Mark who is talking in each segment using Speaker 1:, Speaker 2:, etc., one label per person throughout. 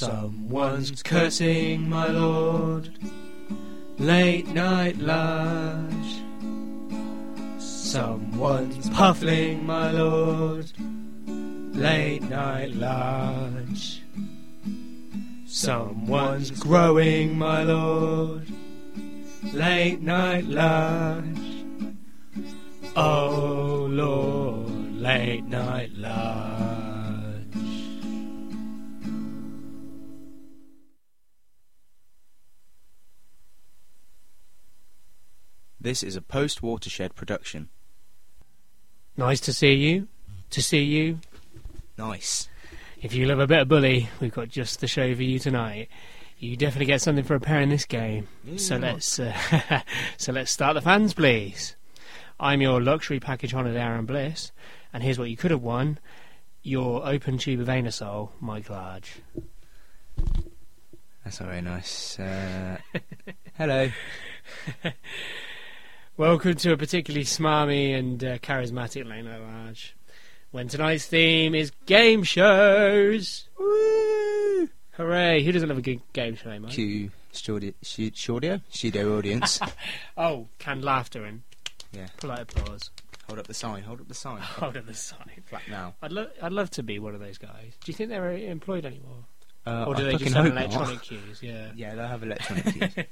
Speaker 1: Someone's cursing, my lord. Late night large. Someone's puffling, my lord. Late night large. Someone's growing, my lord. Late night large. Oh lord, late night large.
Speaker 2: This is a post watershed production.
Speaker 1: Nice to see you. To see you.
Speaker 2: Nice.
Speaker 1: If you love a bit of bully, we've got just the show for you tonight. You definitely get something for a pair in this game. so let's uh, so let's start the fans, please. I'm your luxury package honoured Aaron Bliss, and here's what you could have won: your open tube of anusol, Mike Large.
Speaker 2: That's not very nice. Uh, hello.
Speaker 1: Welcome to a particularly smarmy and uh, charismatic Leno Large. When tonight's theme is game shows.
Speaker 2: Woo!
Speaker 1: Hooray! Who doesn't love a good game show, Mike?
Speaker 2: Q Studio Studio Studio audience.
Speaker 1: Oh, canned laughter and
Speaker 2: Yeah.
Speaker 1: polite applause.
Speaker 2: hold up the sign. Hold up the sign.
Speaker 1: Hold at the sign.
Speaker 2: Clap now.
Speaker 1: I'd love, I'd love to be one of those guys. Do you think they're employed anymore,
Speaker 2: Uh,
Speaker 1: or do
Speaker 2: I
Speaker 1: they
Speaker 2: fucking
Speaker 1: just have
Speaker 2: hope not.
Speaker 1: electronic cues? Yeah.
Speaker 2: Yeah, they'll have electronic cues.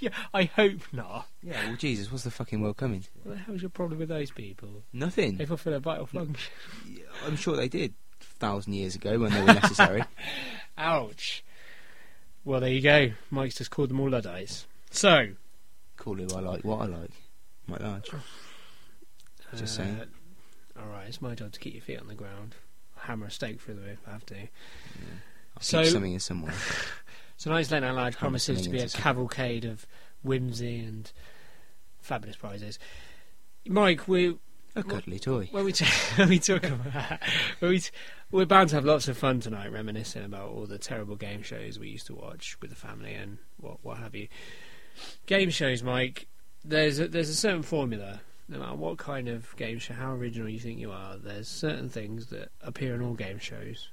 Speaker 1: Yeah, I hope not.
Speaker 2: Yeah, well, Jesus, what's the fucking world coming?
Speaker 1: What the hell's your problem with those people? They
Speaker 2: Nothing.
Speaker 1: fulfil a vital function.
Speaker 2: I'm sure they did a thousand years ago when they were necessary.
Speaker 1: Ouch. Well, there you go. Mike's just called them all Luddites. So,
Speaker 2: Call who I like, what I like. Mike Large. Just saying.
Speaker 1: uh, All right, it's my job to keep your feet on the ground. Hammer a stake through them if I have to.
Speaker 2: I'll
Speaker 1: So-
Speaker 2: keep something in someone.
Speaker 1: Tonight's Late Night Live
Speaker 2: Hammer
Speaker 1: promises to
Speaker 2: something
Speaker 1: be a
Speaker 2: into something.
Speaker 1: cavalcade of whimsy and fabulous prizes. Mike, we
Speaker 2: A cuddly toy.
Speaker 1: when we t- when we talk about when we t- we're bound to have lots of fun tonight, reminiscing about all the terrible game shows we used to watch with the family and what what have you. Game shows, Mike. There's a, there's a certain formula. No matter what kind of game show, how original you think you are, there's certain things that appear in all game shows.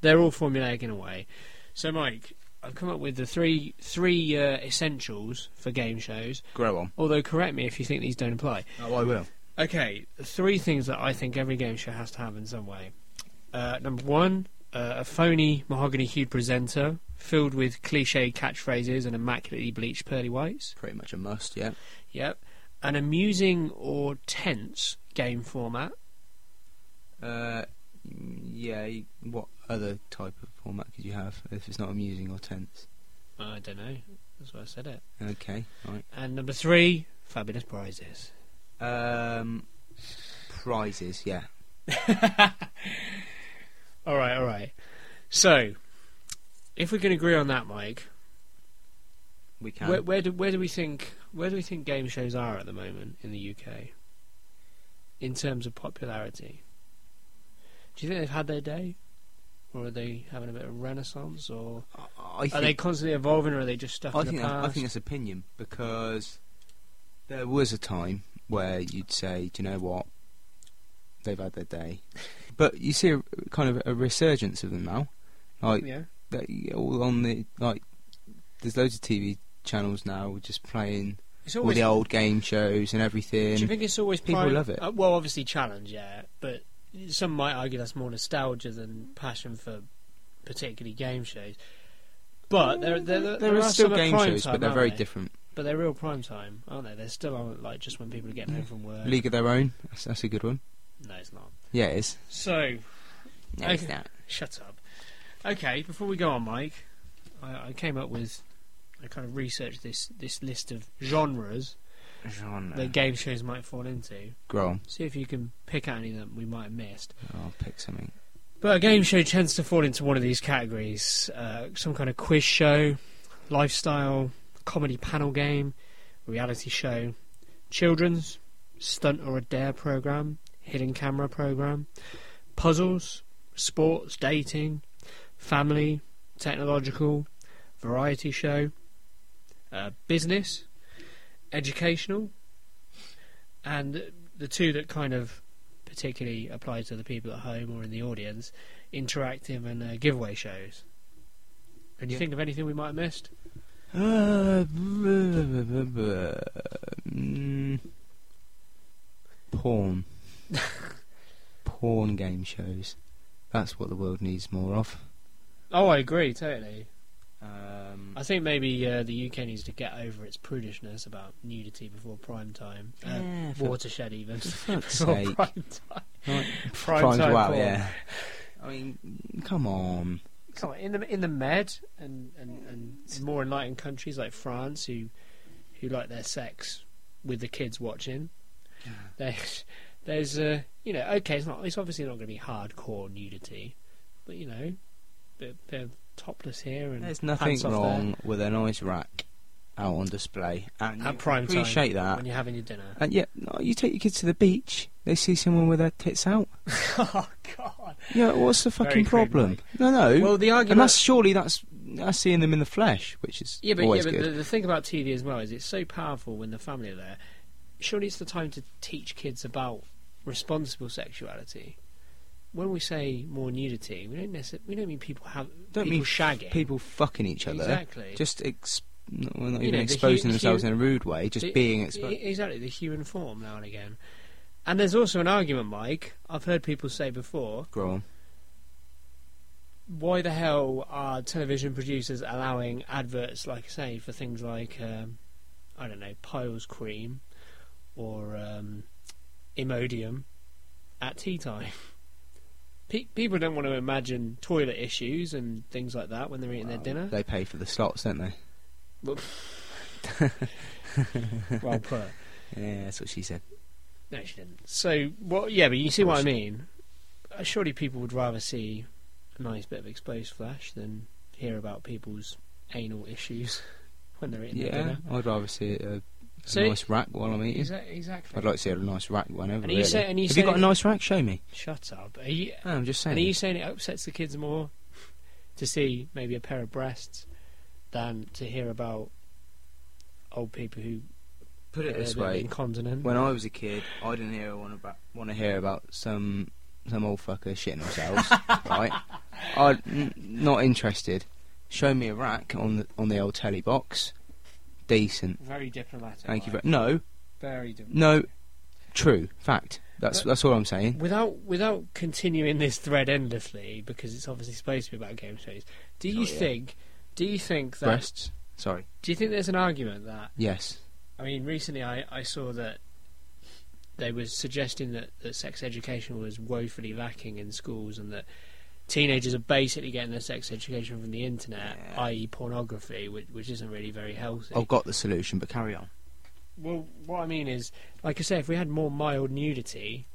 Speaker 1: They're all formulaic in a way. So, Mike, I've come up with the three three uh, essentials for game shows.
Speaker 2: Grow on.
Speaker 1: Although, correct me if you think these don't apply.
Speaker 2: Oh, I will.
Speaker 1: Okay, three things that I think every game show has to have in some way. Uh, number one, uh, a phony mahogany hued presenter filled with cliche catchphrases and immaculately bleached pearly whites.
Speaker 2: Pretty much a must, yeah.
Speaker 1: Yep. An amusing or tense game format.
Speaker 2: Uh, yeah, you- what other type of format could you have if it's not amusing or tense?
Speaker 1: I don't know. That's why I said it.
Speaker 2: Okay, right.
Speaker 1: And number three, fabulous prizes.
Speaker 2: Um, prizes, yeah.
Speaker 1: All right, all right. So, if we can agree on that, Mike,
Speaker 2: We can.
Speaker 1: where, where do where do we think where do we think game shows are at the moment in the UK in terms of popularity? Do you think they've had their day, or are they having a bit of a renaissance, or
Speaker 2: I, I
Speaker 1: are they
Speaker 2: think,
Speaker 1: constantly evolving, or are they just stuck
Speaker 2: I,
Speaker 1: in
Speaker 2: think
Speaker 1: the
Speaker 2: that,
Speaker 1: past?
Speaker 2: I think that's opinion because there was a time where you'd say, do you know what? They've had their day. but you see a, kind of a resurgence of them now. Like,
Speaker 1: yeah,
Speaker 2: they, all on the, like, there's loads of TV channels now just playing
Speaker 1: it's
Speaker 2: all
Speaker 1: always.
Speaker 2: the old game shows and everything.
Speaker 1: do you think it's always
Speaker 2: people
Speaker 1: prime-
Speaker 2: love it.
Speaker 1: Uh, well, obviously challenge, yeah, but some might argue that's more nostalgia than passion for particularly game shows. But there, there, there,
Speaker 2: There, are still game shows, but they're very
Speaker 1: different.
Speaker 2: different.
Speaker 1: But they're real prime time, aren't they? They're still on like just when people are getting home from work.
Speaker 2: League of Their Own, that's, that's a good one.
Speaker 1: No, it's not.
Speaker 2: Yeah, it is.
Speaker 1: So,
Speaker 2: No,
Speaker 1: it's Okay. shut up. Okay, before we go on, Mike, I, I came up with. I kind of researched this this list of genres
Speaker 2: Genre.
Speaker 1: that game shows might fall into.
Speaker 2: Grow on.
Speaker 1: See if you can pick out any that we might have missed.
Speaker 2: I'll pick something.
Speaker 1: But a game show tends to fall into one of these categories: uh, some kind of quiz show, lifestyle, comedy panel game, reality show, children's, stunt or a dare program, hidden camera program, puzzles, sports, dating, family, technological, variety show, uh, business, educational, and the two that kind of particularly apply to the people at home or in the audience, interactive and uh, giveaway shows. Can you
Speaker 2: Yeah.
Speaker 1: think of anything we might have missed?
Speaker 2: Uh, mm, porn. porn game shows. That's what the world needs more of.
Speaker 1: Oh, I agree totally.
Speaker 2: Um,
Speaker 1: I think maybe uh, the UK needs to get over its prudishness about nudity before prime time. Uh,
Speaker 2: yeah, for
Speaker 1: watershed even.
Speaker 2: fuck's
Speaker 1: Before
Speaker 2: sake.
Speaker 1: prime time.
Speaker 2: Right,
Speaker 1: Prime
Speaker 2: prime's
Speaker 1: time
Speaker 2: out,
Speaker 1: porn.
Speaker 2: yeah. I mean, come on.
Speaker 1: Come on, in the in the Med and, and, and more enlightened countries like France who who like their sex with the kids watching. There's there's uh, you know okay it's not it's obviously not going to be hardcore nudity, but you know they're, they're topless here and
Speaker 2: There's nothing
Speaker 1: pants off there
Speaker 2: wrong with a nice rack out on display. And you
Speaker 1: at prime time
Speaker 2: appreciate that.
Speaker 1: when you're having your dinner.
Speaker 2: And yeah, no, you take your kids to the beach, they see someone with their tits out.
Speaker 1: oh God!
Speaker 2: Yeah, what's the fucking
Speaker 1: crude,
Speaker 2: problem? No, no.
Speaker 1: Well, the
Speaker 2: and
Speaker 1: argument
Speaker 2: that's surely that's that's seeing them in the flesh, which is
Speaker 1: Yeah, but, yeah,
Speaker 2: always
Speaker 1: but
Speaker 2: good.
Speaker 1: the, the thing about TV as well is it's so powerful when the family are there. Surely it's the time to teach kids about responsible sexuality. When we say more nudity, we don't necessarily, we don't mean people have
Speaker 2: Don't
Speaker 1: people
Speaker 2: mean
Speaker 1: shagging
Speaker 2: People fucking each other,
Speaker 1: exactly.
Speaker 2: just ex- not, well, not
Speaker 1: You
Speaker 2: even
Speaker 1: know, the
Speaker 2: exposing
Speaker 1: hu-
Speaker 2: themselves
Speaker 1: hu-
Speaker 2: in a rude way, just
Speaker 1: The-
Speaker 2: being
Speaker 1: e-
Speaker 2: exposed.
Speaker 1: exactly the human form now and again. And there's also an argument, Mike. I've heard people say before:
Speaker 2: Go on.
Speaker 1: why the hell are television producers allowing adverts, like I say, for things like um, I don't know, Piles cream or um, Imodium at tea time? Pe- people don't want to imagine toilet issues and things like that when they're eating
Speaker 2: Well,
Speaker 1: their dinner.
Speaker 2: They pay for the slots, don't they?
Speaker 1: well put.
Speaker 2: Yeah, that's what she said.
Speaker 1: No, she didn't. So, well, yeah, but you see
Speaker 2: Of
Speaker 1: what I
Speaker 2: course.
Speaker 1: mean. Uh, Surely people would rather see a nice bit of exposed flash than hear about people's anal issues when they're eating their
Speaker 2: Yeah,
Speaker 1: dinner.
Speaker 2: I'd rather see a, a
Speaker 1: So-
Speaker 2: nice rack while I'm eating.
Speaker 1: Exa- exactly.
Speaker 2: I'd like to see a nice rack whenever.
Speaker 1: And you
Speaker 2: really.
Speaker 1: say- and you
Speaker 2: Have
Speaker 1: say-
Speaker 2: you got a nice rack? Show me.
Speaker 1: Shut up. Are you,
Speaker 2: No, I'm just saying.
Speaker 1: and are you saying it upsets the kids more to see maybe a pair of breasts than to hear about old people who
Speaker 2: Put it
Speaker 1: uh,
Speaker 2: this
Speaker 1: they're
Speaker 2: way:
Speaker 1: incontinent?
Speaker 2: When I was a kid, I didn't hear want about want to hear about some some old fucker shitting themselves, right? I n- not interested. Show me a rack on the on the old telly box, decent.
Speaker 1: very diplomatic.
Speaker 2: Thank you.
Speaker 1: Mike.
Speaker 2: Very, no,
Speaker 1: very diplomatic.
Speaker 2: no, true fact. That's
Speaker 1: But-
Speaker 2: that's all I'm saying.
Speaker 1: Without without continuing this thread endlessly, because it's obviously supposed to be about game shows. Do you
Speaker 2: Oh, yeah.
Speaker 1: think? Do you think that?
Speaker 2: Breasts. Sorry.
Speaker 1: Do you think there's an argument that?
Speaker 2: Yes.
Speaker 1: I mean, recently I, I saw that they were suggesting that, that sex education was woefully lacking in schools, and that teenagers are basically getting their sex education from the internet,
Speaker 2: Yeah. Oh.
Speaker 1: i.e., pornography, which, which isn't really very healthy.
Speaker 2: I've got the solution, but carry on.
Speaker 1: Well, what I mean is, like I say, if we had more mild nudity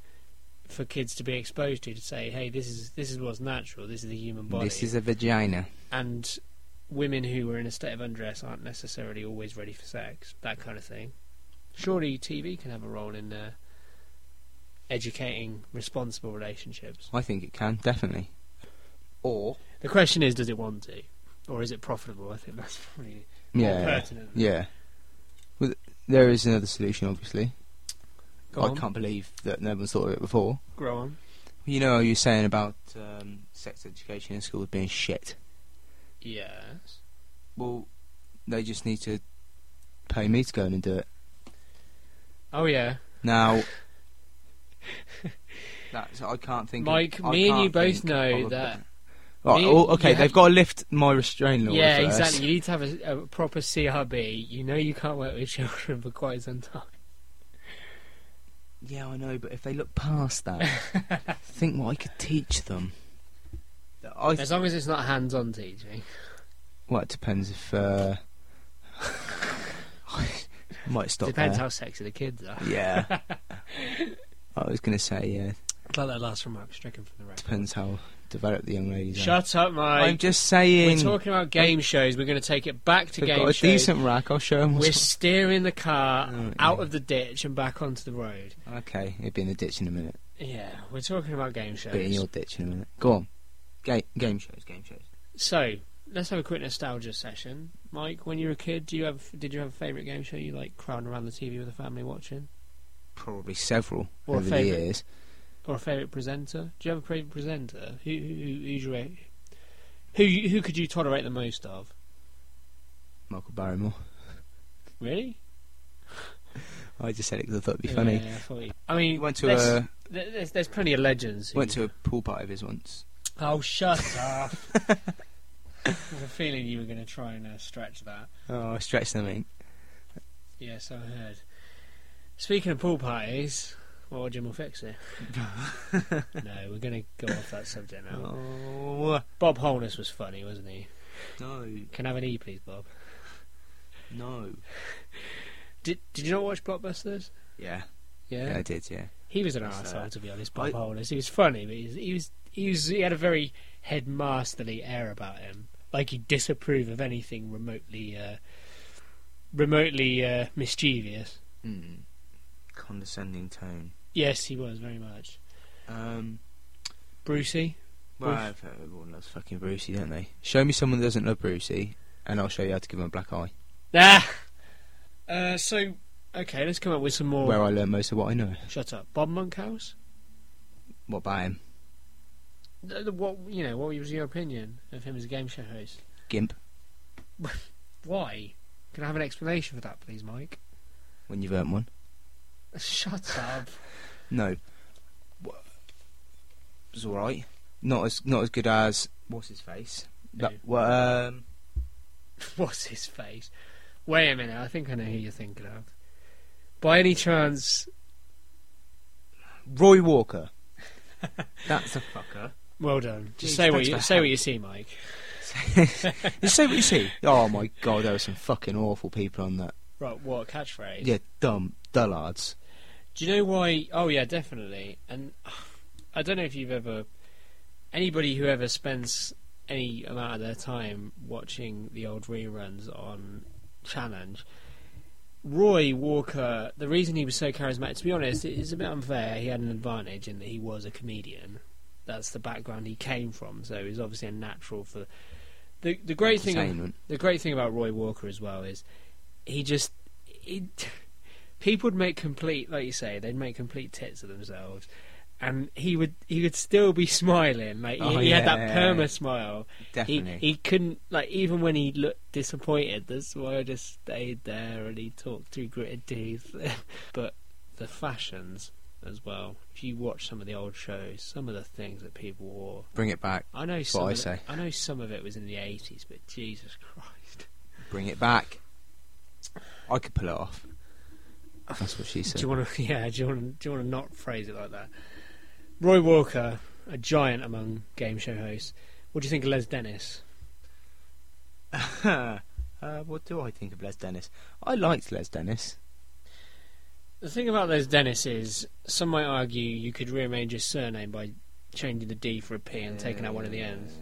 Speaker 1: for kids to be exposed to, to say, "Hey, this is this is what's natural. This is the human body,"
Speaker 2: This is a vagina.
Speaker 1: and women who are in a state of undress aren't necessarily always ready for sex, that kind of thing. Surely, TV can have a role in uh, educating responsible relationships.
Speaker 2: I think it can definitely. Or
Speaker 1: The question is, does it want to, or is it profitable? I think that's probably more
Speaker 2: yeah,
Speaker 1: pertinent.
Speaker 2: yeah. Well, there is another solution, obviously.
Speaker 1: Go
Speaker 2: I
Speaker 1: on,
Speaker 2: can't believe that no one's thought of it before.
Speaker 1: grow on.
Speaker 2: You know, you were saying about um, sex education in schools being shit.
Speaker 1: Yes.
Speaker 2: Well, they just need to pay me to go in and do it.
Speaker 1: Oh yeah.
Speaker 2: Now, that's, I can't think.
Speaker 1: Mike,
Speaker 2: of, I
Speaker 1: me and you
Speaker 2: can't
Speaker 1: both
Speaker 2: think
Speaker 1: know
Speaker 2: of a-
Speaker 1: that-
Speaker 2: Right,
Speaker 1: me-
Speaker 2: oh, okay,
Speaker 1: you
Speaker 2: they've
Speaker 1: ha-
Speaker 2: got to lift my restraint order.
Speaker 1: Yeah,
Speaker 2: first.
Speaker 1: exactly. You need to have a, a proper CRB. You know you can't work with children for quite some time.
Speaker 2: Yeah, I know, but if they look past that, Uh. think what I could teach them. I
Speaker 1: As long as it's not hands-on teaching.
Speaker 2: Well, it depends if. Uh, I might stop
Speaker 1: Depends
Speaker 2: there.
Speaker 1: how sexy the kids are.
Speaker 2: yeah. I was going to say, yeah,
Speaker 1: It's like that last remark stricken from the record.
Speaker 2: depends how developed the young ladies are.
Speaker 1: Shut up,
Speaker 2: I'm
Speaker 1: Mike.
Speaker 2: just
Speaker 1: We're
Speaker 2: saying.
Speaker 1: talking about game shows. We're going to take it back to
Speaker 2: they've
Speaker 1: game
Speaker 2: got a
Speaker 1: shows.
Speaker 2: decent rack, I'll show them.
Speaker 1: We're steering the car
Speaker 2: Oh, yeah.
Speaker 1: out of the ditch and back onto the road.
Speaker 2: Okay, it'll be in the ditch in a minute.
Speaker 1: Yeah, we're talking about game
Speaker 2: Be in
Speaker 1: shows.
Speaker 2: your ditch in a minute. Go on. Ga- game shows, game shows.
Speaker 1: So let's have a quick nostalgia session. Mike, when you were a kid, do you have did you have a favourite game show you like crowding around the TV with the family watching?
Speaker 2: Probably several
Speaker 1: Or a
Speaker 2: over the
Speaker 1: favourite.
Speaker 2: years.
Speaker 1: or a favourite presenter? Do you have a favourite presenter? Who, who, who's your Who you- who could you tolerate the most of?
Speaker 2: Michael Barrymore.
Speaker 1: Really?
Speaker 2: I just said it because I thought it'd be funny.
Speaker 1: Yeah, I, thought you- I mean,
Speaker 2: He went to
Speaker 1: there's,
Speaker 2: a
Speaker 1: there- there's, there's plenty of legends. who-
Speaker 2: went to a pool party of his once.
Speaker 1: Oh, shut up! I have a feeling you were going to try and uh, stretch that.
Speaker 2: Oh, I stretched them in.
Speaker 1: Yes, I heard. Speaking of pool parties, well, Jim will fix it. no, we're going to go off that subject now.
Speaker 2: Oh
Speaker 1: Bob Holness was funny, wasn't he?
Speaker 2: no,
Speaker 1: Can I have an E, please, Bob?
Speaker 2: no.
Speaker 1: Did Did you not watch Blockbusters?
Speaker 2: Yeah,
Speaker 1: Yeah,
Speaker 2: yeah, I did. Yeah,
Speaker 1: he was an
Speaker 2: I saw
Speaker 1: arsehole,
Speaker 2: that.
Speaker 1: to be honest. Bob
Speaker 2: I-
Speaker 1: Holness. He was funny, but he was, he was he was he had a very headmasterly air about him, like he would disapprove of anything remotely uh, remotely uh, mischievous.
Speaker 2: mm. condescending tone.
Speaker 1: Yes, he was very much.
Speaker 2: Um,
Speaker 1: Brucey,
Speaker 2: well,
Speaker 1: Bruce-
Speaker 2: I've- everyone loves fucking Brucey, don't they? Show me someone that doesn't love Brucey, and I'll show you how to give him a black eye.
Speaker 1: ah. Uh, so okay, let's come up with some more.
Speaker 2: Where I learned most of what I know.
Speaker 1: Shut up, Bob Monkhouse.
Speaker 2: What about him?
Speaker 1: Th- th- What you know? What was your opinion of him as a game show host?
Speaker 2: Gimp.
Speaker 1: Why? Can I have an explanation for that, please, Mike?
Speaker 2: When you've earned one.
Speaker 1: Shut up.
Speaker 2: No. Wha- It was all right. Not as not as good as what's his face. That,
Speaker 1: Who?
Speaker 2: well, um,
Speaker 1: What's his face? Wait a minute, I think I know who you're thinking of. By any chance,
Speaker 2: Roy Walker. That's a fucker.
Speaker 1: well done. Just
Speaker 2: Jeez,
Speaker 1: say what
Speaker 2: thanks
Speaker 1: you
Speaker 2: for
Speaker 1: say
Speaker 2: help.
Speaker 1: what you see, Mike.
Speaker 2: you see what you see. Oh my god, there were some fucking awful people on that.
Speaker 1: Right, what a catchphrase?
Speaker 2: Yeah, dumb dullards.
Speaker 1: Do you know why? Oh yeah, definitely. And I don't know if you've ever anybody who ever spends any amount of their time watching the old reruns on Challenge. Roy Walker, the reason he was so charismatic, to be honest, it is a bit unfair. He had an advantage in that he was a comedian. That's the background he came from, so he's obviously a natural for. The, the great thing
Speaker 2: Entertainment.
Speaker 1: the great thing about Roy Walker as well is he just he, people would make complete like you say they'd make complete tits of themselves and he would he would still be smiling like he,
Speaker 2: Oh,
Speaker 1: he had that
Speaker 2: yeah.
Speaker 1: perma smile he,
Speaker 2: Definitely.
Speaker 1: he couldn't like even when he looked disappointed that's why I just stayed there and he talked through gritted teeth but the fashions as well if you watch some of the old shows some of the things that people wore
Speaker 2: Bring it back.
Speaker 1: I know
Speaker 2: That's
Speaker 1: some
Speaker 2: what I
Speaker 1: of it-
Speaker 2: say.
Speaker 1: I know some of it was in the 80s but Jesus Christ
Speaker 2: Bring it back. I could pull it off. That's what she
Speaker 1: Do
Speaker 2: said.
Speaker 1: you want to? Yeah. Do you want to? Do you want to not phrase it like that? Roy Walker, a giant among game show hosts. What do you think of Les Dennis?
Speaker 2: uh, what do I think of Les Dennis? I liked Les Dennis.
Speaker 1: The thing about Les Dennis is, some might argue you could rearrange his surname by changing the D for a P and taking out one of the N's.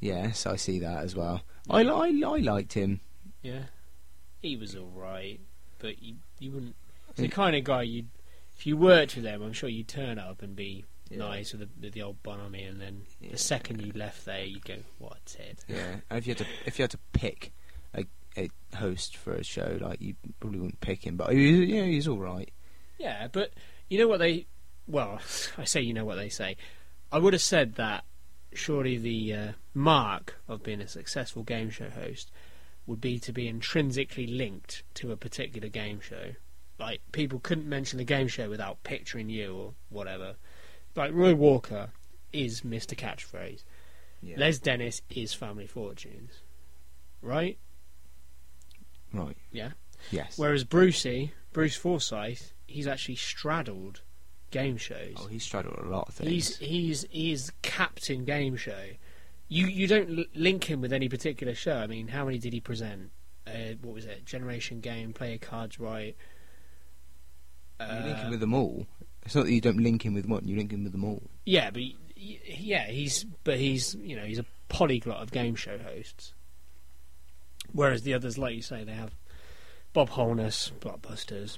Speaker 2: Yes, I see that as well. I, li- I, li- I liked him.
Speaker 1: Yeah. He was all right, but you you wouldn't. He's the kind of guy you, would if you worked with them, I'm sure you'd turn up and be nice with the, with the old bonhomie, and then
Speaker 2: Yeah.
Speaker 1: the second you left there, you'd go, "What a tit."
Speaker 2: Yeah, and if you had to if you had to pick a, a host for a show, like you probably wouldn't pick him, but he, was- you know, he's all right.
Speaker 1: Yeah, but you know what they? Well, I say you know what they say. I would have said that surely the uh, mark of being a successful game show host would be to be intrinsically linked to a particular game show. Like people couldn't mention the game show without picturing you or whatever. Like Roy Walker is Mr. Catchphrase. Les Dennis is Family Fortunes, right?
Speaker 2: right.
Speaker 1: Yeah.
Speaker 2: Yes.
Speaker 1: Whereas Brucey, Bruce Forsyth, he's actually straddled game shows.
Speaker 2: oh, he's straddled a lot of
Speaker 1: He's
Speaker 2: things.
Speaker 1: he's he's captain game show. You you don't l- link him with any particular show. I mean, how many did he present? Uh, what was it? Generation Game, Player Cards Right.
Speaker 2: you link him
Speaker 1: Uh,
Speaker 2: with them all. It's not that you don't link him with one; you link him with them all.
Speaker 1: yeah, but y- y- yeah, he's but he's you know he's a polyglot of game show hosts. Whereas the others, like you say, they have Bob Holness, Blockbusters,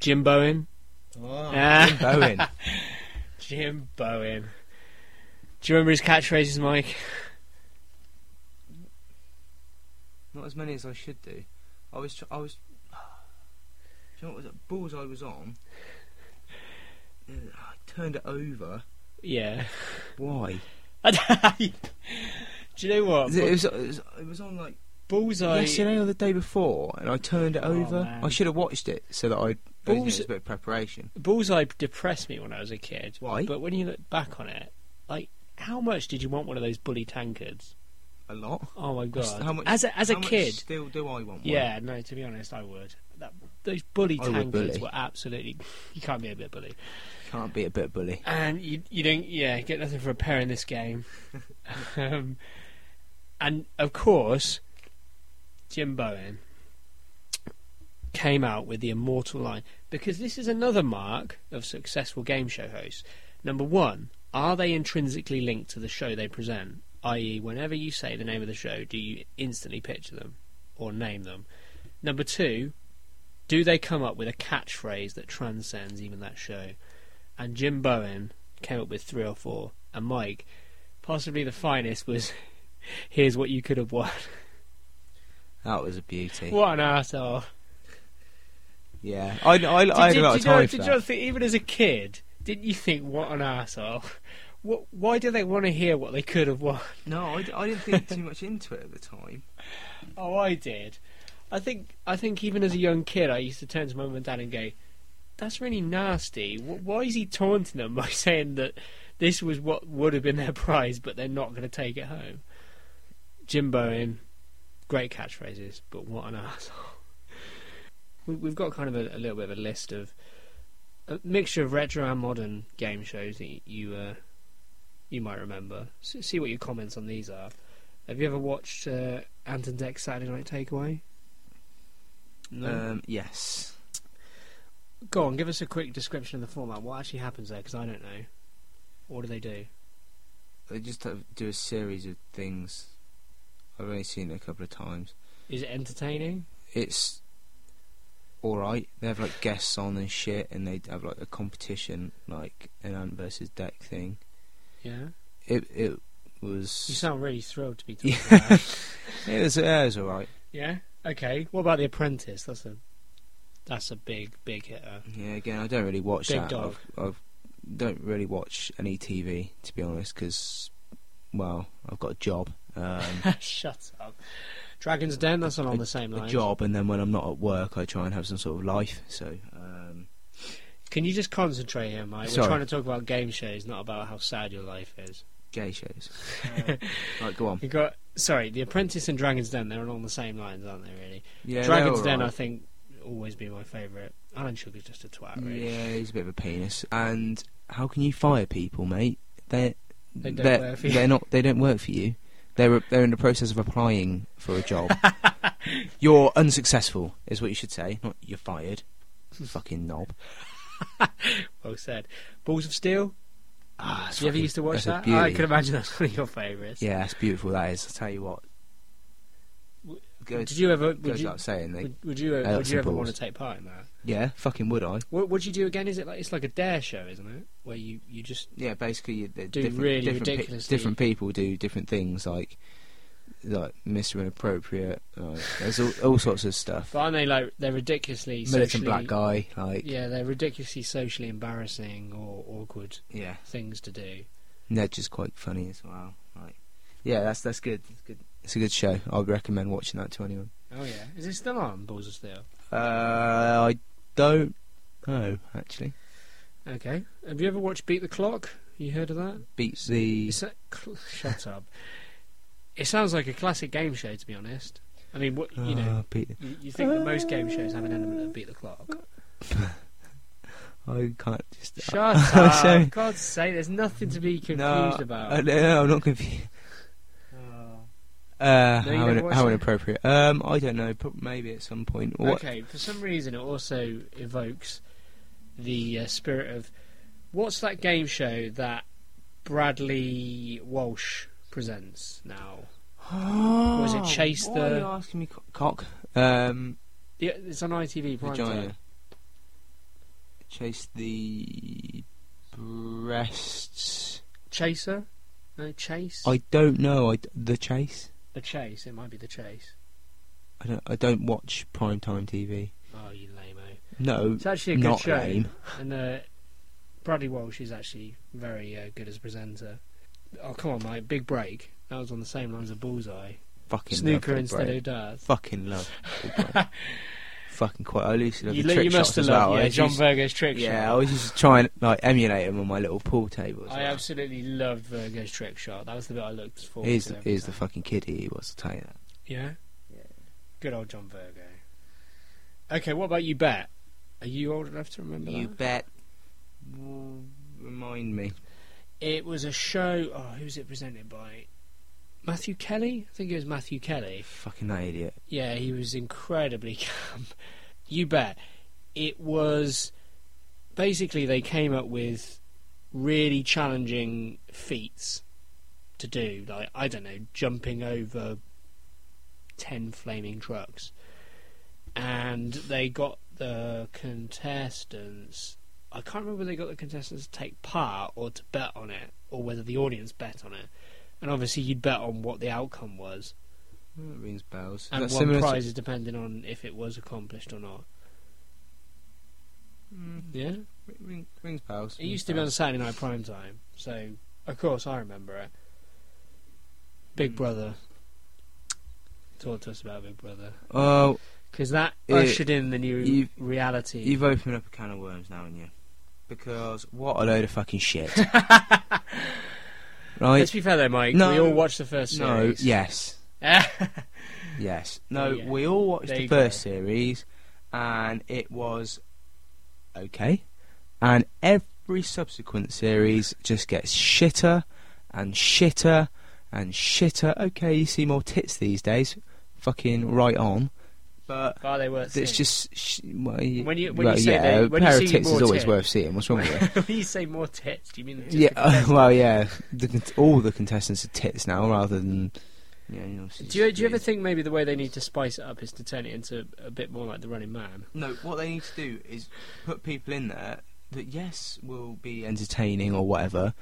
Speaker 1: Jim Bowen, Ah.
Speaker 2: Oh, Jim Bowen.
Speaker 1: Jim Bowen. Do you remember his catchphrases, Mike?
Speaker 2: Not as many as I should do. I was. Tr- I was. Do you know what was that balls I was on? Uh, I turned it over.
Speaker 1: Yeah.
Speaker 2: Why?
Speaker 1: I d- Do you know what?
Speaker 2: It was, it was, it was on like
Speaker 1: Bullseye.
Speaker 2: yesterday or the day before, and I turned it
Speaker 1: Oh,
Speaker 2: over.
Speaker 1: man.
Speaker 2: I should have watched it so that I.
Speaker 1: Balls-
Speaker 2: It was a bit of preparation.
Speaker 1: Bullseye depressed me when I was a kid.
Speaker 2: Why?
Speaker 1: But when you look back on it, like, how much did you want one of those bully tankards?
Speaker 2: A lot.
Speaker 1: Oh my god!
Speaker 2: How much-
Speaker 1: as a, as a
Speaker 2: How much
Speaker 1: kid,
Speaker 2: still do I want one?
Speaker 1: yeah, no. To be honest, I would. That, those bully
Speaker 2: I would
Speaker 1: tankards
Speaker 2: bully.
Speaker 1: were absolutely. You can't be a bit bully,
Speaker 2: Can't be a bit bully.
Speaker 1: and you you don't yeah get nothing for a pair in this game. um, and of course, Jim Bowen came out with the immortal line because this is another mark of successful game show hosts. Number one, are they intrinsically linked to the show they present? I.e., whenever you say the name of the show, do you instantly picture them or name them? Number two, do they come up with a catchphrase that transcends even that show? And Jim Bowen came up with three or four, and Mike, possibly the finest, was here's what you could have won.
Speaker 2: That was a beauty.
Speaker 1: what an arsehole.
Speaker 2: Yeah, I, I, I had
Speaker 1: you-
Speaker 2: a lot of
Speaker 1: you know-
Speaker 2: time for
Speaker 1: did you
Speaker 2: that.
Speaker 1: not think, even as a kid, didn't you think, what an asshole? What, why do they want to hear what they could have won?
Speaker 2: No, I, d- I didn't think too much into it at the time.
Speaker 1: Oh, I did. I think, I think even as a young kid, I used to turn to my mum and dad and go, that's really nasty. Wh- Why is he taunting them by saying that this was what would have been their prize, but they're not going to take it home? Jim Bowen, great catchphrases, but what an asshole. We- We've got kind of a, a little bit of a list of a mixture of retro and modern game shows that y- you uh, you might remember. S see what your comments on these are. Have you ever watched uh, Ant and Deck's Saturday Night Takeaway?
Speaker 2: Um, yes.
Speaker 1: Go on, give us a quick description of the format. What actually happens there? Because I don't know. What do they do?
Speaker 2: They just have- do a series of things. I've only seen it a couple of times.
Speaker 1: Is it entertaining?
Speaker 2: It's alright. They have like guests on and shit, and they have like a competition, like an ant versus deck thing.
Speaker 1: Yeah.
Speaker 2: It it
Speaker 1: You
Speaker 2: was.
Speaker 1: sound really thrilled to be talking
Speaker 2: Yeah.
Speaker 1: about that.
Speaker 2: It was, yeah, it was alright.
Speaker 1: Yeah. Okay. What about The Apprentice? That's a that's a big big hitter.
Speaker 2: Yeah, again, I don't really watch
Speaker 1: Big
Speaker 2: that.
Speaker 1: dog.
Speaker 2: I've, I've don't really watch any TV to be honest, because well, I've got a job. Um,
Speaker 1: Shut up. Dragon's Den. That's along the same
Speaker 2: a
Speaker 1: line.
Speaker 2: job, and then when I'm not at work, I try and have some sort of life. So, um,
Speaker 1: Can you just concentrate here, Mike? We're
Speaker 2: Sorry.
Speaker 1: trying to talk about game shows, not about how sad your life is.
Speaker 2: gay shows. right, go on.
Speaker 1: You got sorry, The Apprentice and Dragon's Den. They're along the same lines, aren't they? Really.
Speaker 2: Yeah,
Speaker 1: Dragon's
Speaker 2: they're
Speaker 1: Den, I
Speaker 2: alright.
Speaker 1: think, always be my favourite. Alan Sugar's just a twat, really.
Speaker 2: Yeah, he's a bit of a penis. And how can you fire people, mate? They're
Speaker 1: They don't
Speaker 2: they're,
Speaker 1: work for you.
Speaker 2: they're not. They don't work for you. They're they're in the process of applying for a job. you're unsuccessful, is what you should say. Not you're fired. Fucking knob.
Speaker 1: Well said. Balls of Steel.
Speaker 2: Ah, that's
Speaker 1: you ever
Speaker 2: fucking-
Speaker 1: used to watch
Speaker 2: that's
Speaker 1: that?
Speaker 2: a
Speaker 1: I
Speaker 2: beauty.
Speaker 1: can imagine that's one of your favourites.
Speaker 2: Yeah, that's beautiful. That is. I tell you what.
Speaker 1: W-
Speaker 2: Goes,
Speaker 1: Did you ever? Would
Speaker 2: goes
Speaker 1: you,
Speaker 2: without saying. They,
Speaker 1: would, would you? uh,
Speaker 2: Alex
Speaker 1: Would you
Speaker 2: and
Speaker 1: ever
Speaker 2: Balls.
Speaker 1: want to take part in that?
Speaker 2: yeah, fucking would I?
Speaker 1: What would you do again? Is it like it's like a dare show, isn't it? Where you you just
Speaker 2: Yeah, basically, you- they're
Speaker 1: Do
Speaker 2: different,
Speaker 1: really
Speaker 2: different, pe-
Speaker 1: ridiculous
Speaker 2: different people do different things, like like Mr. Inappropriate. Like, there's all, all sorts of stuff.
Speaker 1: but aren't they like they're ridiculously
Speaker 2: Militant
Speaker 1: socially,
Speaker 2: black guy, like yeah.
Speaker 1: Yeah, they're ridiculously socially embarrassing or awkward things to do.
Speaker 2: Nedge is quite funny as well. Like, yeah, that's that's good. It's good. It's a good show. I would recommend watching that to anyone.
Speaker 1: Oh yeah, is it still on Balls of Steel?
Speaker 2: Uh, I don't know actually.
Speaker 1: Okay. Have you ever watched Beat the Clock? You heard of that?
Speaker 2: Beats the
Speaker 1: It's a- cl- shut up. It sounds like a classic game show, to be honest. I mean, what you know,
Speaker 2: Ah, beat.
Speaker 1: you, you think that most game shows have an element of Beat the Clock.
Speaker 2: I can't just.
Speaker 1: Shut
Speaker 2: I'm
Speaker 1: up!
Speaker 2: sorry.
Speaker 1: God's sake, there's nothing to be confused
Speaker 2: no,
Speaker 1: about.
Speaker 2: I, no, I'm not confused. Uh,
Speaker 1: No, you
Speaker 2: how,
Speaker 1: never
Speaker 2: in-
Speaker 1: watched
Speaker 2: how
Speaker 1: it?
Speaker 2: inappropriate. Um, I don't know. prob- Maybe at some point. What?
Speaker 1: Okay, for some reason it also evokes the uh, spirit of what's that game show that Bradley Walsh presents now?
Speaker 2: was
Speaker 1: it Chase
Speaker 2: why
Speaker 1: the-
Speaker 2: Are you asking me co- cock? Um,
Speaker 1: Yeah, it's on ITV prime
Speaker 2: vagina.
Speaker 1: time.
Speaker 2: Chase the breasts.
Speaker 1: Chaser? No, Chase?
Speaker 2: I don't know. I d- the chase.
Speaker 1: The Chase, it might be The Chase.
Speaker 2: I don't. I don't watch primetime TV.
Speaker 1: Oh, you lame
Speaker 2: No,
Speaker 1: It's actually a good
Speaker 2: not
Speaker 1: show.
Speaker 2: lame.
Speaker 1: And uh, Bradley Walsh is actually very uh, good as a presenter. Oh, come on, mate. Big Break. That was on the same lines of Bullseye.
Speaker 2: Fucking
Speaker 1: Snooker
Speaker 2: love Big
Speaker 1: instead
Speaker 2: Brain.
Speaker 1: of darts.
Speaker 2: Fucking love. Big Brain. fucking quite. I used to love
Speaker 1: You,
Speaker 2: the
Speaker 1: li-
Speaker 2: trick
Speaker 1: you must
Speaker 2: shots
Speaker 1: have
Speaker 2: as well.
Speaker 1: loved
Speaker 2: I
Speaker 1: yeah,
Speaker 2: used
Speaker 1: John
Speaker 2: to-
Speaker 1: Virgo's trick
Speaker 2: yeah, I
Speaker 1: shot.
Speaker 2: always used to try and like emulate them on my little pool table. as
Speaker 1: I
Speaker 2: well.
Speaker 1: absolutely loved Virgo's trick shot. That was the bit I looked for.
Speaker 2: Here's the, here's the fucking kiddie he was to tell you that.
Speaker 1: Yeah?
Speaker 2: Yeah.
Speaker 1: Good old John Virgo. Okay, what about You Bet? Are you old enough to remember that?
Speaker 2: bet. Remind me.
Speaker 1: It was a show. Oh, who was it presented by? Matthew Kelly? I think it was Matthew Kelly.
Speaker 2: Fucking that idiot.
Speaker 1: Yeah, he was incredibly calm. you bet. It was basically they came up with really challenging feats to do, like I don't know, jumping over ten flaming trucks, and they got the contestants. I can't remember whether they got the contestants to take part or to bet on it, or whether the audience bet on it. And obviously, you'd bet on what the outcome was
Speaker 2: That rings bells.
Speaker 1: and
Speaker 2: That's
Speaker 1: one
Speaker 2: similar
Speaker 1: prize is depending on if it was accomplished or not.
Speaker 2: To, mm,
Speaker 1: Yeah,
Speaker 2: ring, rings bells.
Speaker 1: it
Speaker 2: rings
Speaker 1: used to be on
Speaker 2: bells.
Speaker 1: Saturday night prime time, so of course I remember it. Big
Speaker 2: Mm.
Speaker 1: Brother. Talk to us about Big Brother
Speaker 2: Oh,
Speaker 1: because that
Speaker 2: It-
Speaker 1: ushered in the new
Speaker 2: you've-
Speaker 1: reality.
Speaker 2: you've opened up a can of worms now, haven't you? Because what a load of fucking shit.
Speaker 1: Let's
Speaker 2: right?
Speaker 1: be fair though, Mike.
Speaker 2: No.
Speaker 1: we all watched the first
Speaker 2: No,
Speaker 1: series. Ah,
Speaker 2: yes.
Speaker 1: Yeah.
Speaker 2: Yes. No,
Speaker 1: Oh, Yeah.
Speaker 2: we all watched
Speaker 1: There
Speaker 2: the
Speaker 1: you
Speaker 2: first series, and it was okay. And every subsequent series just gets shitter and shitter and shitter. Okay, you see more tits these days. Fucking right on. But
Speaker 1: Far they were.
Speaker 2: it's
Speaker 1: seen.
Speaker 2: just sh- well, you,
Speaker 1: When you- when
Speaker 2: well,
Speaker 1: you say
Speaker 2: yeah,
Speaker 1: they-
Speaker 2: a
Speaker 1: when you
Speaker 2: pair
Speaker 1: see
Speaker 2: of tits
Speaker 1: more
Speaker 2: is always
Speaker 1: tits-
Speaker 2: worth seeing. What's wrong with it?
Speaker 1: when you say more tits, do you mean just
Speaker 2: yeah,
Speaker 1: the contestants?
Speaker 2: well, yeah. The, cont- all the contestants are tits now, rather than. Yeah, you know,
Speaker 1: Do you, do you ever think maybe the way they need to spice it up is to turn it into a bit more like the Running Man?
Speaker 2: No, what they need to do is put people in there that yes will be entertaining or whatever,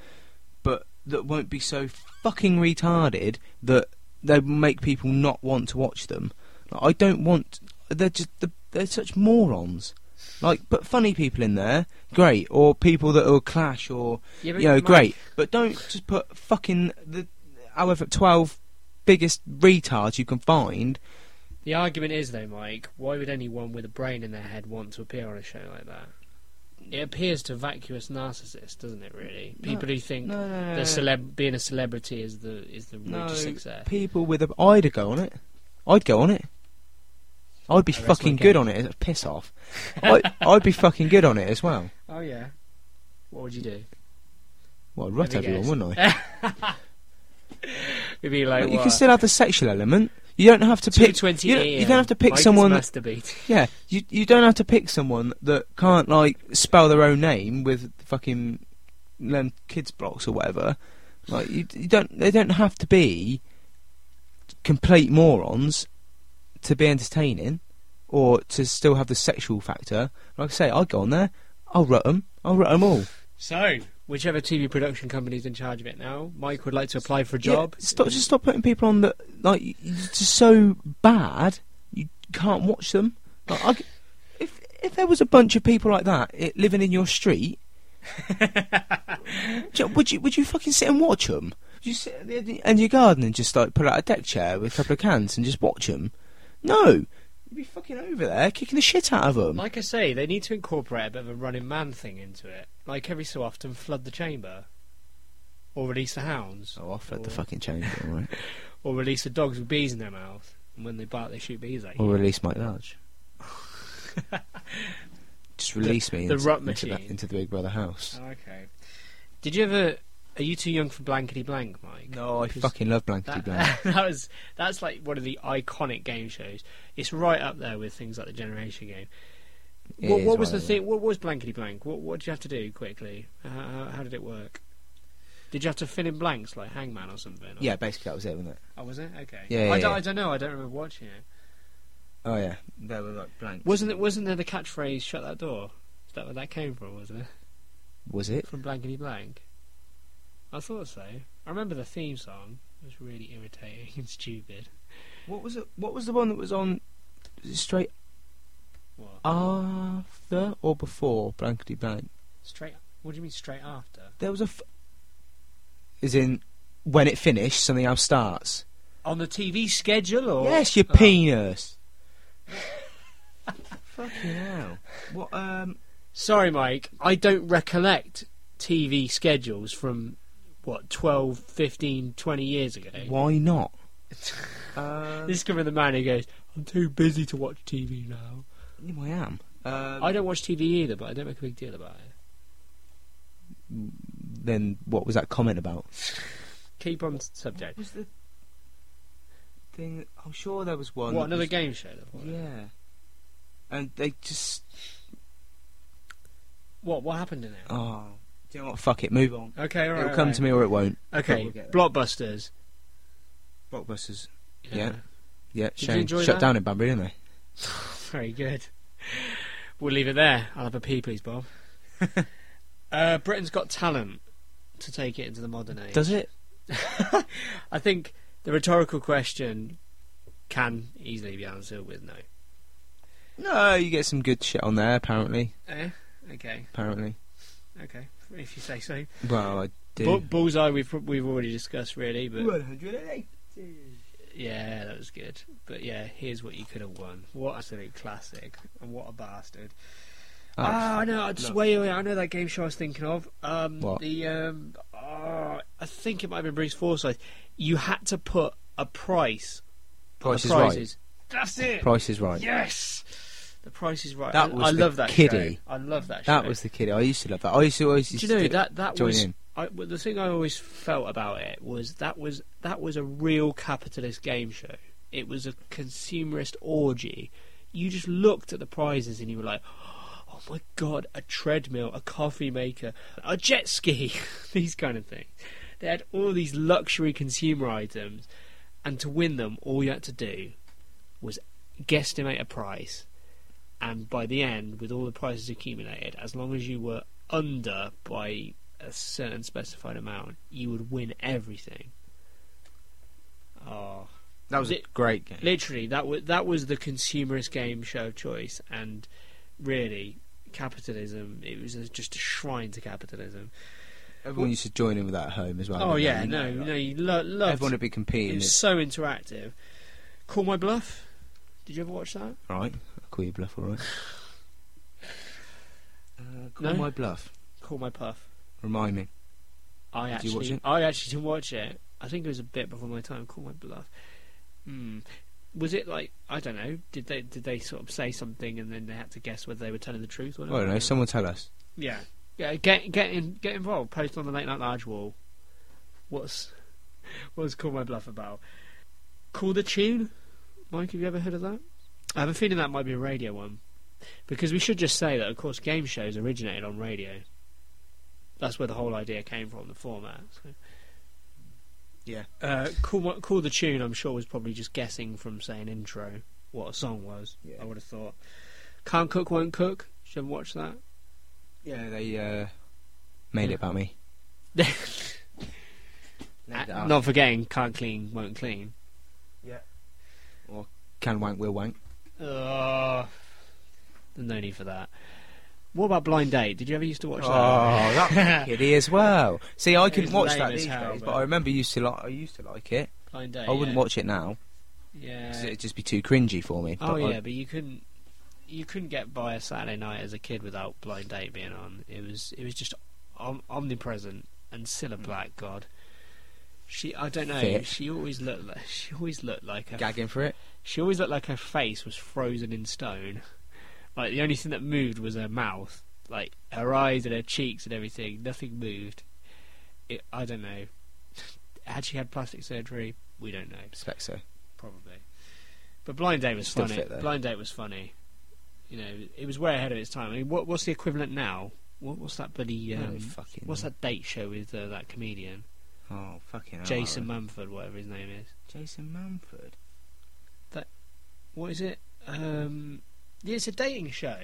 Speaker 2: but that won't be so fucking retarded that they make people not want to watch them. Like, I don't want. They're just the- they're such morons. Like, put funny people in there, great, or people that will clash, or
Speaker 1: Yeah, but
Speaker 2: you know,
Speaker 1: Mike-
Speaker 2: great. But don't just put fucking the however twelve biggest retards you can find.
Speaker 1: The argument is, though, Mike, why would anyone with a brain in their head want to appear on a show like that? It appears to vacuous narcissists, doesn't it? Really,
Speaker 2: No,
Speaker 1: people who think
Speaker 2: No, no, no.
Speaker 1: the celeb- being a celebrity is the is the route
Speaker 2: No,
Speaker 1: to success.
Speaker 2: people with a. I'd go on it. I'd go on it. I'd be
Speaker 1: Oh, that's
Speaker 2: fucking
Speaker 1: okay.
Speaker 2: good on it. Piss off. I, I'd be fucking good on it as well.
Speaker 1: oh yeah, what would you do?
Speaker 2: Well, I'd rut
Speaker 1: Have a
Speaker 2: everyone,
Speaker 1: guess.
Speaker 2: wouldn't I?
Speaker 1: You'd be like,
Speaker 2: But you
Speaker 1: what?
Speaker 2: can still have the sexual element. You don't have to pick.
Speaker 1: 2:20
Speaker 2: You don't,
Speaker 1: AM,
Speaker 2: you don't have to pick
Speaker 1: Mike is
Speaker 2: someone. That,
Speaker 1: Masturbate.
Speaker 2: yeah, you you don't have to pick someone that can't like spell their own name with fucking learn kids blocks or whatever. Like you, you don't. They don't have to be complete morons to be entertaining or to still have the sexual factor. Like I say, I'd go on there. I'll rut them. I'll rut them all.
Speaker 1: So, whichever TV production company's in charge of it now, Mike would like to apply for a
Speaker 2: Yeah,
Speaker 1: job.
Speaker 2: stop. Just stop putting people on that. Like you- you're just so bad, you can't watch them. Like, I c if if there was a bunch of people like that it, living in your street, do you- would you would you fucking sit and watch them? You sit at the end of- end of your garden and just like put out a deck chair with a couple of cans and just watch them? No, you'd be fucking over there kicking the shit out of them.
Speaker 1: Like I say, they need to incorporate a bit of a running man thing into it. Like every so often, flood the chamber, or release the hounds,
Speaker 2: Oh, I'll flood the
Speaker 1: Or-
Speaker 2: fucking chamber, all right.
Speaker 1: or release the dogs with bees in their mouth. And when they bark, they shoot bees at you.
Speaker 2: Or release Mike Large. Just release me
Speaker 1: the
Speaker 2: into,
Speaker 1: rut
Speaker 2: into, the,
Speaker 1: machine.
Speaker 2: into the Big Brother house.
Speaker 1: Oh, okay. Did you ever? Are you too young for blankety blank, Mike?
Speaker 2: Oh, No, I
Speaker 1: Because
Speaker 2: fucking love blankety
Speaker 1: That,
Speaker 2: blank.
Speaker 1: that was that's like one of the iconic game shows. It's right up there with things like the Generation Game.
Speaker 2: It
Speaker 1: what
Speaker 2: is
Speaker 1: what was the
Speaker 2: one of
Speaker 1: thing? What was blankety blank? What what did you have to do quickly? How, how, how did it work? Did you have to fill in blanks like Hangman or something?
Speaker 2: Yeah, basically that was it, wasn't it?
Speaker 1: Oh, was it? Okay.
Speaker 2: Yeah,
Speaker 1: I,
Speaker 2: yeah,
Speaker 1: don't,
Speaker 2: yeah.
Speaker 1: I don't know. I don't remember watching it.
Speaker 2: Oh yeah, they were like blank.
Speaker 1: Wasn't it? Wasn't there the catchphrase "Shut that door"? Is that where that came from? Was it
Speaker 2: Was it?
Speaker 1: from Blankety Blank? I thought so. I remember the theme song. It was really irritating and stupid.
Speaker 2: What was it? What was the one that was on? was it Straight
Speaker 1: What?
Speaker 2: after or before blankety blank?
Speaker 1: Straight. What do you mean straight after?
Speaker 2: There was a. F- is in when it finished, something else starts.
Speaker 1: On the TV schedule, or
Speaker 2: Yes, your
Speaker 1: Oh.
Speaker 2: penis. Fucking hell. What, um.
Speaker 1: Sorry, Mike, I don't recollect TV schedules from what 12, 15, 20 years ago.
Speaker 2: Why not? um,
Speaker 1: This is coming from the man who goes, "I'm too busy to watch TV now."
Speaker 2: I am. Um,
Speaker 1: I don't watch TV either, but I don't make a big deal about it.
Speaker 2: Then what was that comment about?
Speaker 1: Keep on s- subject.
Speaker 2: was the thing? I'm sure there was one.
Speaker 1: What
Speaker 2: that
Speaker 1: another
Speaker 2: was-
Speaker 1: game show? Then, wasn't it?
Speaker 2: Yeah. And they just.
Speaker 1: What what happened in it?
Speaker 2: Oh. Do you know what? Fuck it. Move on.
Speaker 1: Okay, all right.
Speaker 2: Oh. It'll come
Speaker 1: all
Speaker 2: to me or it won't.
Speaker 1: right. Okay,
Speaker 2: We'll get there.
Speaker 1: blockbusters.
Speaker 2: Blockbusters. Yeah. Yeah,
Speaker 1: you
Speaker 2: shame.
Speaker 1: enjoy
Speaker 2: Shut
Speaker 1: that?
Speaker 2: down in Banbury, didn't they?
Speaker 1: Very good. We'll leave it there. I'll have a pee, please, Bob. uh, Britain's Got Talent to take it into the modern age.
Speaker 2: Does it?
Speaker 1: I think the rhetorical question can easily be answered with no.
Speaker 2: No, you get some good shit on there, apparently.
Speaker 1: Eh? Okay,
Speaker 2: Apparently.
Speaker 1: okay. If you say so.
Speaker 2: Well, I do.
Speaker 1: Bu- Bullseye, we've pro- we've already discussed really, but
Speaker 2: 180.
Speaker 1: yeah, that was good. But yeah, here's what you could have won. What absolute classic, and what a bastard. Ah, I know. I just
Speaker 2: no.
Speaker 1: wait, wait, I know that game show I was thinking of. Um,
Speaker 2: What?
Speaker 1: The um, oh, I think it might have been Bruce Forsyth. You had to put a price. on
Speaker 2: Price
Speaker 1: the
Speaker 2: is right.
Speaker 1: prizes. That's it.
Speaker 2: Price is right.
Speaker 1: Yes, the price is right.
Speaker 2: That
Speaker 1: I,
Speaker 2: was
Speaker 1: I
Speaker 2: the
Speaker 1: love that
Speaker 2: kiddie.
Speaker 1: show. I love that.
Speaker 2: That
Speaker 1: show.
Speaker 2: was the kid. I used to love that. I used to always.
Speaker 1: Do
Speaker 2: Used
Speaker 1: you know
Speaker 2: to
Speaker 1: that that
Speaker 2: join
Speaker 1: was
Speaker 2: in.
Speaker 1: I, well, the thing I always felt about it was that was that was a real capitalist game show. It was a consumerist orgy. You just looked at the prizes and you were like, "Oh my god, a treadmill, a coffee maker, a jet ski, these kind of things." They had all these luxury consumer items, and to win them, all you had to do was guesstimate a price. And by the end, with all the prizes accumulated, as long as you were under by a certain specified amount, you would win everything. Oh,
Speaker 2: That was a
Speaker 1: Li-
Speaker 2: great game.
Speaker 1: literally, that was that was the consumerist game show of choice, and really, capitalism. It was a, just a shrine to capitalism.
Speaker 2: Everyone used to join in with that at home as well.
Speaker 1: oh
Speaker 2: didn't
Speaker 1: yeah,
Speaker 2: they?
Speaker 1: no,
Speaker 2: Like,
Speaker 1: no, you lo- loved.
Speaker 2: Everyone would be
Speaker 1: it
Speaker 2: competing.
Speaker 1: was so interactive. Call my bluff. Did you ever watch that?
Speaker 2: Right. I'll call you bluff, all right. Uh,
Speaker 1: No?
Speaker 2: call my bluff.
Speaker 1: Call my puff.
Speaker 2: Remind me.
Speaker 1: I
Speaker 2: Did you
Speaker 1: actually,
Speaker 2: watch it?
Speaker 1: I actually didn't watch it. I think it was a bit before my time. Call my bluff. Hmm. Was it like I don't know? Did they did they sort of say something and then they had to guess whether they were telling the truth or
Speaker 2: I
Speaker 1: not?
Speaker 2: don't know. Someone tell us.
Speaker 1: Yeah, yeah. Get get in, get involved. Post on the late night large wall. What's what's call my bluff about? Call the tune. Mike, have you ever heard of that? I have a feeling that might be a radio one, because we should just say that, of course, game shows originated on radio. That's where the whole idea came from, the format. So.
Speaker 2: Yeah.
Speaker 1: Uh, call my, call the tune. I'm sure was probably just guessing from saying intro what a song was.
Speaker 2: Yeah.
Speaker 1: I would have thought. Can't cook, won't cook. Should have watched that.
Speaker 2: Yeah, they uh, made
Speaker 1: Yeah.
Speaker 2: it about me.
Speaker 1: Uh, Not forgetting, can't clean, won't clean.
Speaker 2: Can wank, will wank.
Speaker 1: Uh, no need for that. What about Blind Date? Did you ever used to watch
Speaker 2: Oh,
Speaker 1: that?
Speaker 2: that kiddie as well. See, I
Speaker 1: It
Speaker 2: couldn't
Speaker 1: was
Speaker 2: watch
Speaker 1: lame
Speaker 2: that
Speaker 1: as
Speaker 2: these
Speaker 1: hell,
Speaker 2: days,
Speaker 1: but-
Speaker 2: but I remember used to like. I used to like it.
Speaker 1: Blind Date.
Speaker 2: I wouldn't
Speaker 1: yeah.
Speaker 2: watch it now because
Speaker 1: Yeah.
Speaker 2: it'd just be too cringy for me.
Speaker 1: Oh
Speaker 2: but
Speaker 1: yeah,
Speaker 2: I-
Speaker 1: but you couldn't. You couldn't get by a Saturday night as a kid without Blind Date being on. It was it was just om- omnipresent and still a black god. She I don't know.
Speaker 2: Fit.
Speaker 1: She always looked like she always looked like a
Speaker 2: gagging for it.
Speaker 1: She always looked like her face was frozen in stone. Like the only thing that moved was her mouth, like her eyes and her cheeks and everything. Nothing moved. It, I don't know. Had she had plastic surgery? We don't know.
Speaker 2: Expect so.
Speaker 1: Probably. But blind date was
Speaker 2: Still
Speaker 1: funny.
Speaker 2: fit, though.
Speaker 1: blind date was funny. You know, it was way ahead of its time. I mean, what, what's the equivalent now? What, what's that bloody?
Speaker 2: No
Speaker 1: Um,
Speaker 2: fucking.
Speaker 1: what's that date show with uh, that comedian
Speaker 2: Oh fucking. hell,
Speaker 1: Jason
Speaker 2: Aaron.
Speaker 1: Mumford, whatever his name is?
Speaker 2: Jason Manford.
Speaker 1: What is it? Um, yeah, it's a dating show.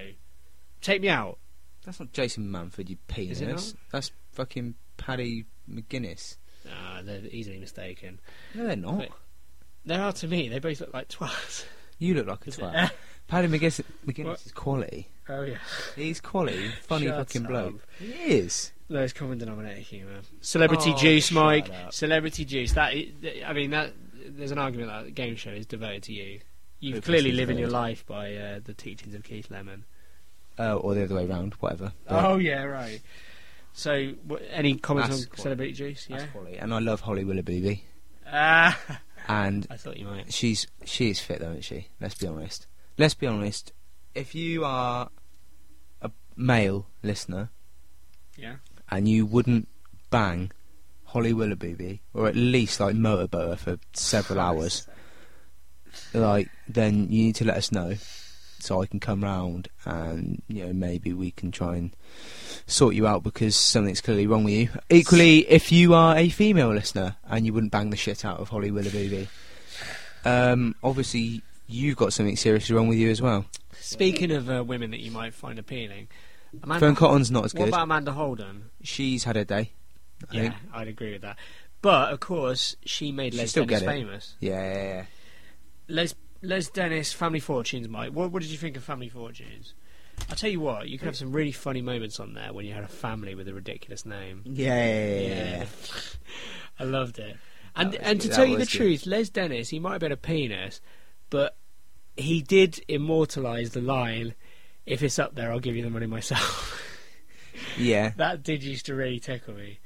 Speaker 1: Take me out.
Speaker 2: That's not Jason Manford, you penis.
Speaker 1: Is it
Speaker 2: That's fucking Paddy McGuinness.
Speaker 1: Ah, they're easily mistaken.
Speaker 2: No, they're not.
Speaker 1: Wait. They are to me. They both look like twats.
Speaker 2: You look like a
Speaker 1: Is it-
Speaker 2: twat. Paddy McGinnis, McGinnis
Speaker 1: What?
Speaker 2: is quality.
Speaker 1: oh yeah,
Speaker 2: He's quality, funny
Speaker 1: Shut
Speaker 2: fucking
Speaker 1: up.
Speaker 2: bloke. He is.
Speaker 1: Lowest common denominator humour. Celebrity
Speaker 2: Oh,
Speaker 1: juice,
Speaker 2: shut
Speaker 1: Mike.
Speaker 2: up.
Speaker 1: Celebrity juice. That is, th- I mean, that there's an argument that the game show is devoted to you. You
Speaker 2: Hopelessly
Speaker 1: clearly living your
Speaker 2: devoted.
Speaker 1: life by uh, the teachings of Keith Lemon.
Speaker 2: Uh, or the other way round, whatever. But
Speaker 1: Oh yeah, right. So, wh- any comments
Speaker 2: That's
Speaker 1: on
Speaker 2: quite-
Speaker 1: Celebrity Juice?
Speaker 2: that's
Speaker 1: Yeah.
Speaker 2: quality. And I love Holly Willoughby.
Speaker 1: Ah,
Speaker 2: And
Speaker 1: I thought you might.
Speaker 2: she's she is fit though, isn't she? Let's be honest. Let's be honest. If you are a male listener
Speaker 1: Yeah.
Speaker 2: and you wouldn't bang Holly Willoughby or at least like motorboat her for several hours, like then you need to let us know so I can come round and you know maybe we can try and sort you out because something's clearly wrong with you. Equally, if you are a female listener and you wouldn't bang the shit out of Holly Willoughby, um, obviously you've got something seriously wrong with you as well.
Speaker 1: Speaking of uh, women that you might find appealing, Amanda,
Speaker 2: Fern Cotton's not as
Speaker 1: what
Speaker 2: good.
Speaker 1: about Amanda Holden?
Speaker 2: She's had her day. I
Speaker 1: yeah,
Speaker 2: think.
Speaker 1: I'd agree with that. But of course, she made
Speaker 2: She'd
Speaker 1: Les
Speaker 2: still
Speaker 1: Dennis
Speaker 2: get it.
Speaker 1: famous.
Speaker 2: Yeah, yeah, yeah.
Speaker 1: Les Les Dennis, Family Fortunes, Mike. What, what did you think of Family Fortunes? I'll tell you what, you could have some really funny moments on there when you had a family with a ridiculous name.
Speaker 2: Yeah, yeah, yeah, yeah, yeah.
Speaker 1: I loved it. And
Speaker 2: That was
Speaker 1: and
Speaker 2: good,
Speaker 1: to
Speaker 2: that
Speaker 1: tell you the
Speaker 2: was good.
Speaker 1: truth, Les Dennis, he might have been a penis, but he did immortalise the line. If it's up there, I'll give you the money myself.
Speaker 2: Yeah.
Speaker 1: that did used to really tickle me.